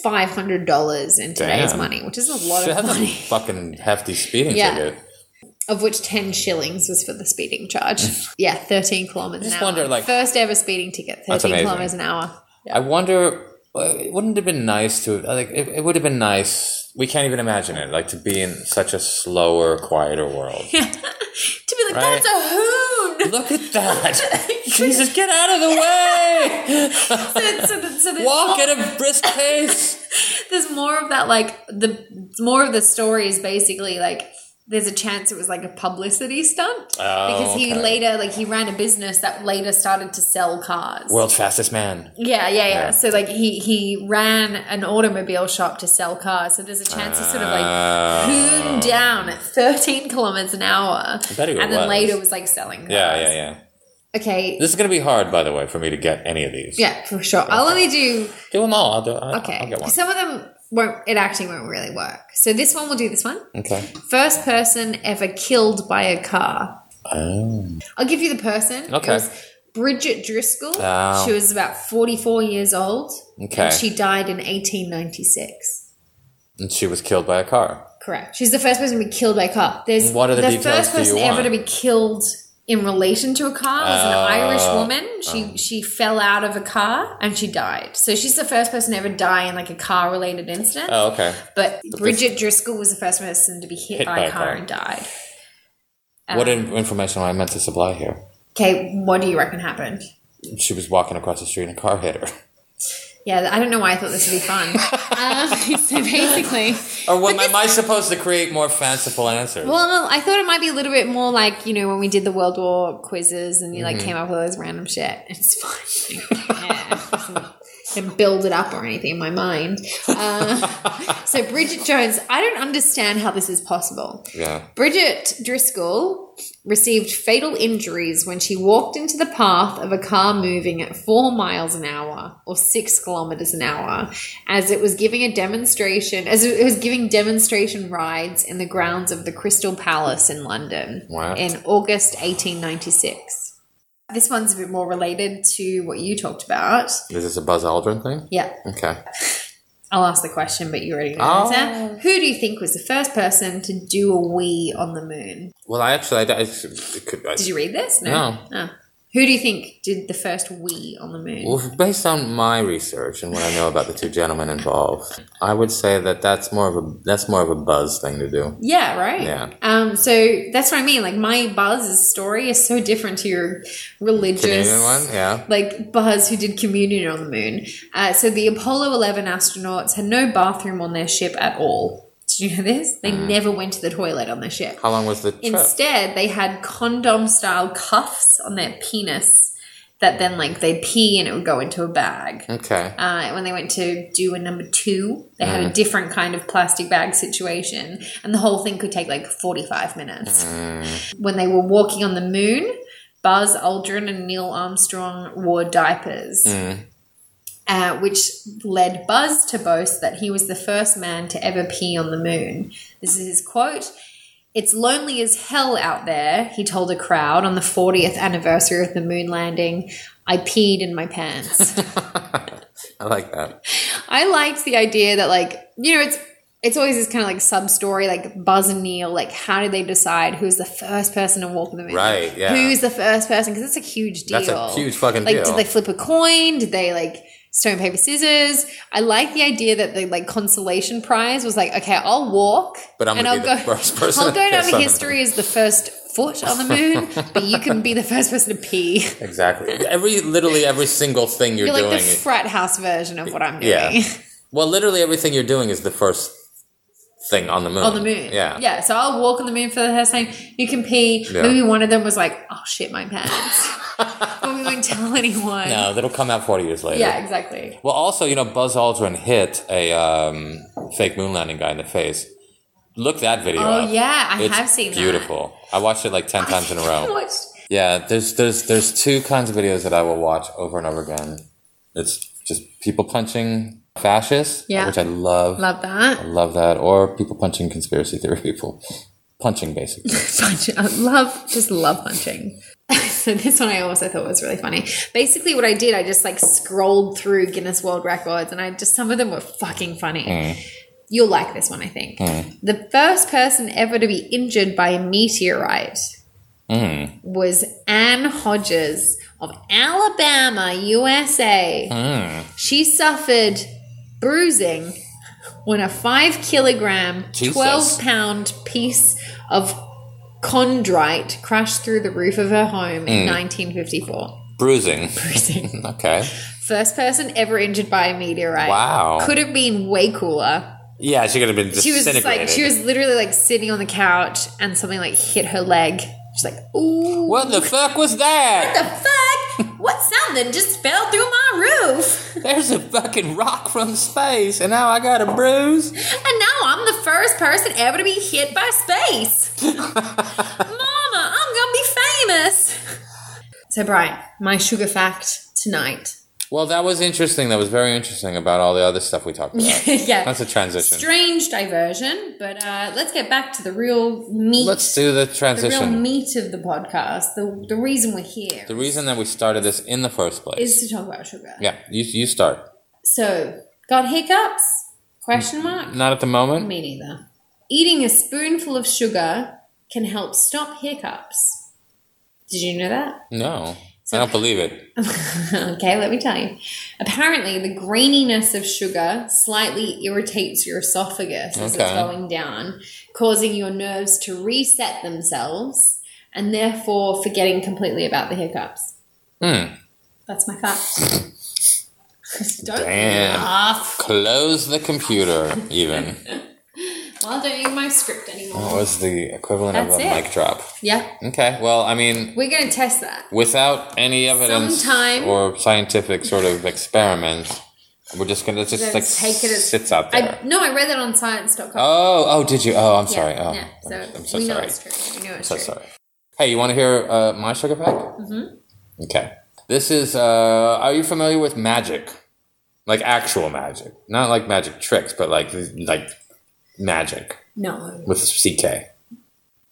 five hundred dollars in today's
Damn.
money, which is a lot of
That's a
money.
fucking hefty speeding
Yeah.
ticket.
Of which ten shillings was for the speeding charge. yeah, thirteen kilometers.
just
an hour.
wonder, like-
first ever speeding ticket,
That's
thirteen
amazing.
kilometers an hour.
I wonder. uh, It wouldn't have been nice to like. It, it would have been nice. We can't even imagine it. Like to be in such a slower, quieter world.
To be like,
Right.
that's a hoon.
Look at that! Jesus, get out of the way!
so, so, so there's
Walk
more-
at a brisk pace.
there's more of that like the more of the story is basically like there's a chance it was like a publicity stunt
Oh,
because he
okay.
later like he ran a business that later started to sell cars
World's fastest man.
yeah, yeah, yeah,
Yeah.
So like he he ran an automobile shop to sell cars. So there's a chance he sort of
Ah. Uh,
like hooned down at 13 kilometers an hour,
bet he
and
was.
then later was like selling. Cars.
Yeah, yeah, yeah.
Okay,
This is gonna be hard, by the way, for me to get any of these.
yeah, for sure. I'll only do
Do them all. I'll do. I'll,
okay.
I'll get one.
Some of them won't. It actually won't really work. So this one will do this one.
Okay.
First person ever killed by a car.
Oh.
I'll give you the person.
Okay.
It was Bridget Driscoll.
Oh.
She was about 44 years old.
Okay.
And she died in 1896.
And she was killed by a car.
Correct. She's the first person to be killed by a car. There's
What are the details
first
do you
person ever
want?
to be killed in relation to a car was an
Oh.
Irish woman. She she fell out of a car and she died. So she's the first person to ever die in like a car related incident.
Oh, okay.
But Bridget Driscoll was the first person to be hit, by, a car, and died. Oh.
what in- information am I meant to supply here?
Okay, what do you reckon happened?
She was walking across the street and a car hit her.
Yeah, I don't know why I thought this would be fun. um, so basically,
Or what, am I supposed to create more fanciful answers?
well, no, I thought it might be a little bit more like you know when we did the World War quizzes and you like came up with all this random shit. It's fine. yeah. And build it up or anything in my mind. Uh, so Bridget Jones, I don't understand how this is possible.
yeah.
Bridget Driscoll received fatal injuries when she walked into the path of a car moving at four miles an hour or six kilometers an hour as it was giving a demonstration, as it was giving demonstration rides in the grounds of the Crystal Palace in London
Wow.
in August 1896. This one's a bit more related to what you talked about.
Is this a Buzz Aldrin thing?
Yeah,
Okay.
I'll ask the question, but you already know
Oh.
the answer. Who do you think was the first person to do a wee on the moon?
Well, I actually, I, I, it could, I,
Did you read this?
No.
Oh. Who do you think did the first we on the moon?
well, based on my research and what I know about the two gentlemen involved, I would say that that's more of a that's more of a Buzz thing to do.
Yeah, right.
Yeah.
Um, so that's what I mean. Like my Buzz's story is so different to your religious
Canadian one, yeah.
Like Buzz, who did communion on the moon. Uh, so the Apollo 11 astronauts had no bathroom on their ship at all. Did you know this? They
Mm.
never went to the toilet on their ship.
How long was the trip?
Instead, they had condom style cuffs on their penis that then, like, they'd pee and it would go into a bag.
okay.
uh, when they went to do a number two, they had a different kind of plastic bag situation, and the whole thing could take like 45 minutes. When they were walking on the moon, Buzz Aldrin and Neil Armstrong wore diapers, uh, which led Buzz to boast that he was the first man to ever pee on the moon. This is his quote. It's lonely as hell out there, he told a crowd on the 40th anniversary of the moon landing. I peed in my pants.
I like that.
I liked the idea that like you know it's it's always this kind of like sub story like Buzz and Neil like how do they decide who's the first person to walk in the moon
Right, yeah.
who's the first person because it's a huge deal
That's a huge fucking
like
deal.
did they flip a coin did they like stone paper scissors I like the idea that the like consolation prize was like okay I'll walk
But I'm
and
gonna be the first person
I'll
to
go
piss
down
on
in
the
history as the first foot on the moon but you can be the first person to pee
exactly. Every literally every single thing you're,
you're like
doing.
the
is-
frat house version of what I'm doing.
Yeah. well, literally everything you're doing is the first thing on the moon.
on the moon.
Yeah.
Yeah. So I'll walk on the moon for the first time. You can pee.
Yeah.
Maybe one of them was like, oh shit, my pants. but we won't tell anyone.
No, that'll come out 40 years later.
Yeah, exactly.
Well, also, you know, Buzz Aldrin hit a um, fake moon landing guy in the face. Look that video.
Oh,
up.
yeah, I
It's
have seen that.
beautiful. I watched it like ten times in a
I
row.
watched-
Yeah, there's there's there's two kinds of videos that I will watch over and over again. It's just people punching fascists,
Yeah.
which I love.
Love
I
that.
love that. Or people punching conspiracy theory people. Punching, basically.
Punch- I love, just love punching. so this one I also thought was really funny. Basically, what I did, I just like scrolled through Guinness World Records, and I just some of them were fucking funny.
Hmm.
You'll like this one, I think. The first person ever to be injured by a meteorite
Mm.
was Anne Hodges of Alabama, USA.
Mm.
She suffered bruising when a five kilogram,
Jesus.
12 pound piece of chondrite crashed through the roof of her home
Mm.
in 1954.
Bruising.
Bruising.
Okay.
First person ever injured by a meteorite.
Wow.
Could have been way cooler.
Yeah, she could have been
She was
disintegrated.
just like, she was literally like sitting on the couch and something like hit her leg. She's like, ooh.
what the fuck was that?
the fuck? What something just fell through my roof?
There's a fucking rock from space, and now I got a bruise.
And now I'm the first person ever to be hit by space. Mama, I'm gonna be famous. So, Brian, my sugar fact tonight.
Well, that was interesting. That was very interesting about all the other stuff we talked about.
yeah.
That's a transition.
Strange diversion, but uh, let's get back to the real meat.
Let's do the
the real
transition.
meat of the podcast. The, the reason we're here
The reason that we started this in the first place.
is to talk about sugar.
Yeah, you, you start.
So, got hiccups?
Mm.
Question mark?
Not at the moment.
Me neither. Eating a spoonful of sugar can help stop hiccups. Did you know that?
No. I don't believe it.
okay, let me tell you. Apparently, the graininess of sugar slightly irritates your esophagus as it's
Okay.
going down, causing your nerves to reset themselves and therefore forgetting completely about the hiccups.
Hmm.
That's my fact. Don't
Damn.
laugh.
Close the computer, even.
Well, I don't need my script anymore.
That was the equivalent of
That's
a
it.
mic drop.
Yeah,
Okay, well, I mean,
we're going to test that.
without any evidence
Sometime-
or scientific sort of experiment, we're just gonna it's just
Then
like
take it as-
sits out there.
I, no, I read that on science.com.
oh, oh, did you? Oh, I'm
Yeah,
sorry. Oh,
yeah.
I'm,
So
I'm so
we know
sorry.
it's true. We know it's
So
true.
sorry. Hey, you want to hear uh, my sugar pack? Mm-hmm. Okay. This is. Uh, are you familiar with magic? Like actual magic, not like magic tricks, but like like magic
No,
with CK.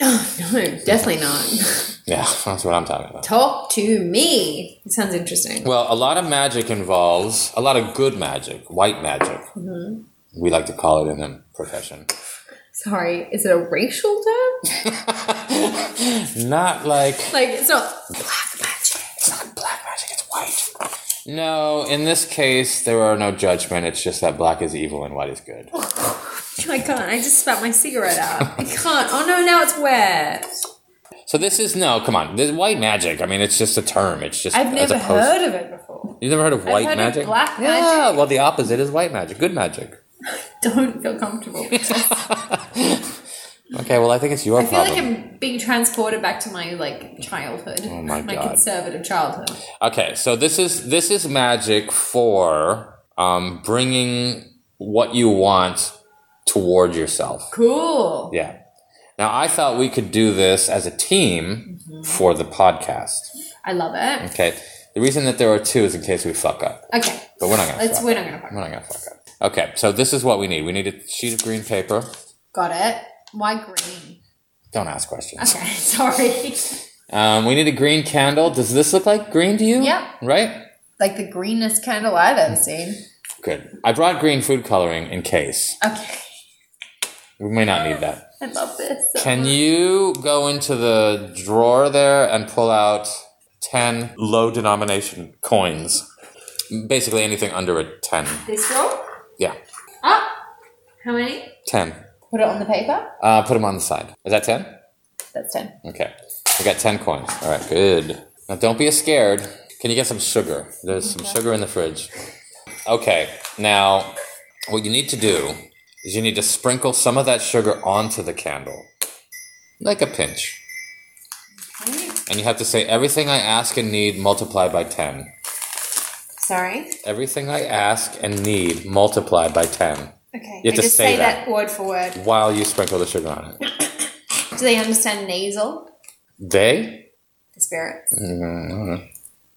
no, definitely not.
Yeah, that's what I'm talking about.
Talk to me. It sounds interesting.
Well, a lot of magic involves a lot of good magic, white magic.
Mm-hmm.
We like to call it in the profession.
Sorry, is it a racial term?
Not like
Like it's not black magic.
it's not black magic; it's white. No, in this case, there are no judgment. It's just that black is evil and white is good.
I can't. Oh I just spat my cigarette out. I can't. Oh no, now it's wet.
So this is no, come on, this white magic. I mean, it's just a term. It's just
I've
as
never
opposed-
heard of it before.
You've never heard of white
heard of
magic?
black
yeah,
magic.
well, the opposite is white magic. Good magic.
Don't feel comfortable. I
Okay, well, I think it's your
feel
problem.
like I'm being transported back to my like childhood. Oh
my God.
conservative childhood.
Okay, so this is this is magic for um, bringing what you want toward yourself.
Cool.
Yeah. Now I thought we could do this as a team for the podcast.
I love it.
Okay. The reason that there are two is in case we fuck up,
Okay.
Mm. but we're not gonna.
Let's
fuck
we're
up.
not gonna fuck.
We're not gonna fuck up. Okay, so this is what we need. We need a sheet of green paper.
Got it. Why green?
Don't ask questions.
Okay, sorry.
Um, we need a green candle. Does this look like green to you?
Yep.
Right.
like the greenest candle I've ever seen.
Good. I brought green food coloring in case
Okay,
we may not need that.
I love this.
Can you go into the drawer there and pull out 10 low denomination coins? Basically anything under a 10.
This roll?
Yeah,
Up. How many?
10.
Put it on the paper.
Uh, put them on the side. Is that 10?
That's ten.
Okay. We got 10 coins. All right, good. Now don't be scared. Can you get some sugar? There's some sugar in the fridge. Okay, now what you need to do is you need to sprinkle some of that sugar onto the candle, like a pinch. And you have to say, everything I ask and need multiplied by 10.
Sorry.
Everything I ask and need multiplied by 10
Okay.
You have to
I just
say
say that. word for word.
while you sprinkle the sugar on it.
Do they understand nasal?
They?
The spirits.
Mm,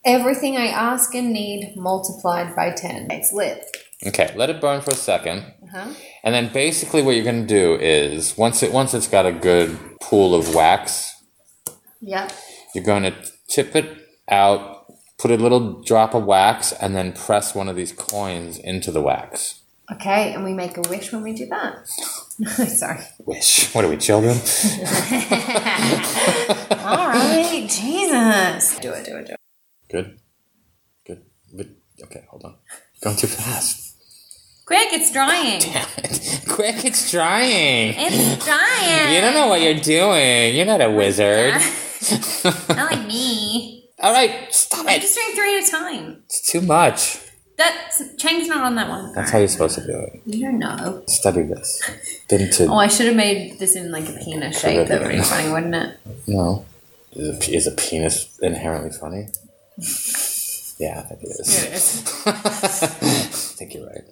Everything I ask and need multiplied by ten. It's lit. Uh-huh.
Okay, let it burn for a 2nd and then basically what you're gonna do is once it once it's got a good pool of wax,
Yeah.
you're gonna tip it out, put a little drop of wax, and then press one of these coins into the wax.
Okay, and we make a wish when we do that. No, sorry.
Wish. What are we, children?
All right, Jesus. Do it, do it, do it.
Good. Good. But okay, hold on. Going too fast.
Quick, it's drying.
Quick, it's drying.
It's drying.
You don't know what you're doing. You're not a wizard.
Not like me.
All right, stop
I'm
it.
just doing three at a time.
It's too much.
That's Chang's not on that one.
That's how you're supposed to do it.
You don't know.
Study this. Been to
Oh, I should have made this in like a penis shape. That would be funny, wouldn't it?
no. Is a, pe- is a penis inherently funny? Yeah, I think it is. I think you're right.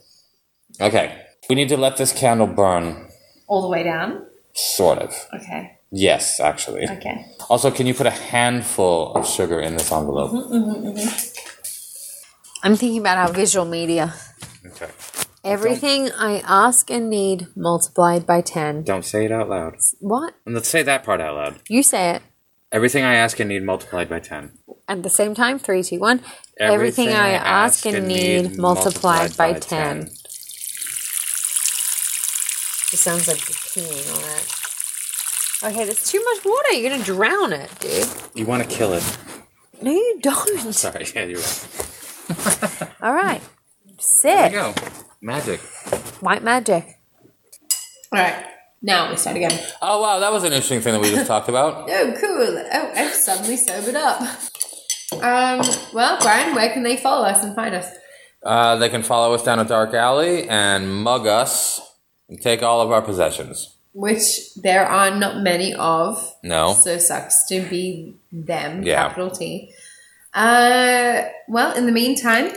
Okay, we need to let this candle burn.
All the way down.
Sort of.
Okay.
Yes, actually.
Okay.
Also, can you put a handful of sugar in this envelope?
Mm-hmm. I'm thinking about our visual media.
Okay.
Everything I ask and need multiplied by 10.
Don't say it out loud.
What?
And let's say that part out loud.
You say it.
Everything I ask and need multiplied by 10.
At the same time, three, two, one. Everything, I ask and need multiplied by 10. It sounds like you're peeing on it. Okay, that's Oh, too much water. You're gonna drown it, dude.
You want to kill it.
No, you don't.
Sorry. Yeah, you're right.
All right,
There
sick.
you go.
Magic.
White magic. All right, now we start again.
Oh, wow. That was an interesting thing that we just talked about.
Oh, cool. Oh, I've suddenly sobered up. Um. Well, Brian, where can they follow us and find us?
Uh, they can follow us down a dark alley and mug us and take all of our possessions.
Which there are not many of.
No.
So sucks to be them,
Yeah.
capital T. Uh, well, in the meantime,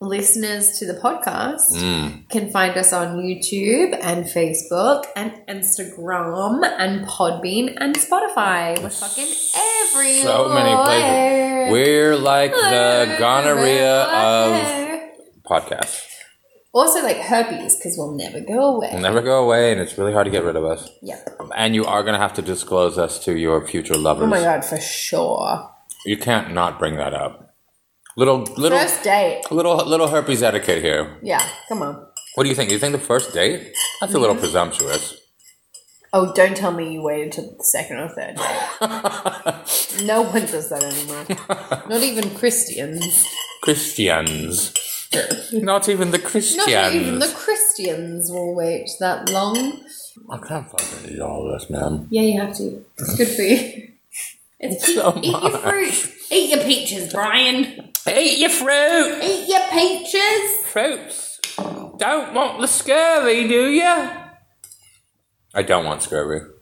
listeners to the podcast
Mm.
can find us on YouTube and Facebook and Instagram and Podbean and Spotify. We're fucking everywhere.
So many places. We're like the gonorrhea of podcasts.
Also, like herpes, because we'll never go away.
We'll never go away, and it's really hard to get rid of us.
Yeah.
And you are going to have to disclose us to your future lovers.
Oh my god, for sure.
You can't not bring that up. Little, little,
First date.
little, little herpes etiquette here.
Yeah, come on.
What do you think? Do you think the first date? That's a little
Mm-hmm.
presumptuous.
Oh, don't tell me you waited till the second or third day. no one does that anymore. Not even Christians.
Christians. Not even the Christians.
Not even the Christians will wait that long.
I can't fucking eat all this, man.
Yeah, you have to. It's good for you. It's pe-
So
eat your
much.
fruit. Eat your peaches, Brian.
Eat your fruit!
Eat your peaches.
Fruits! Don't want the scurvy, do you? I don't want scurvy.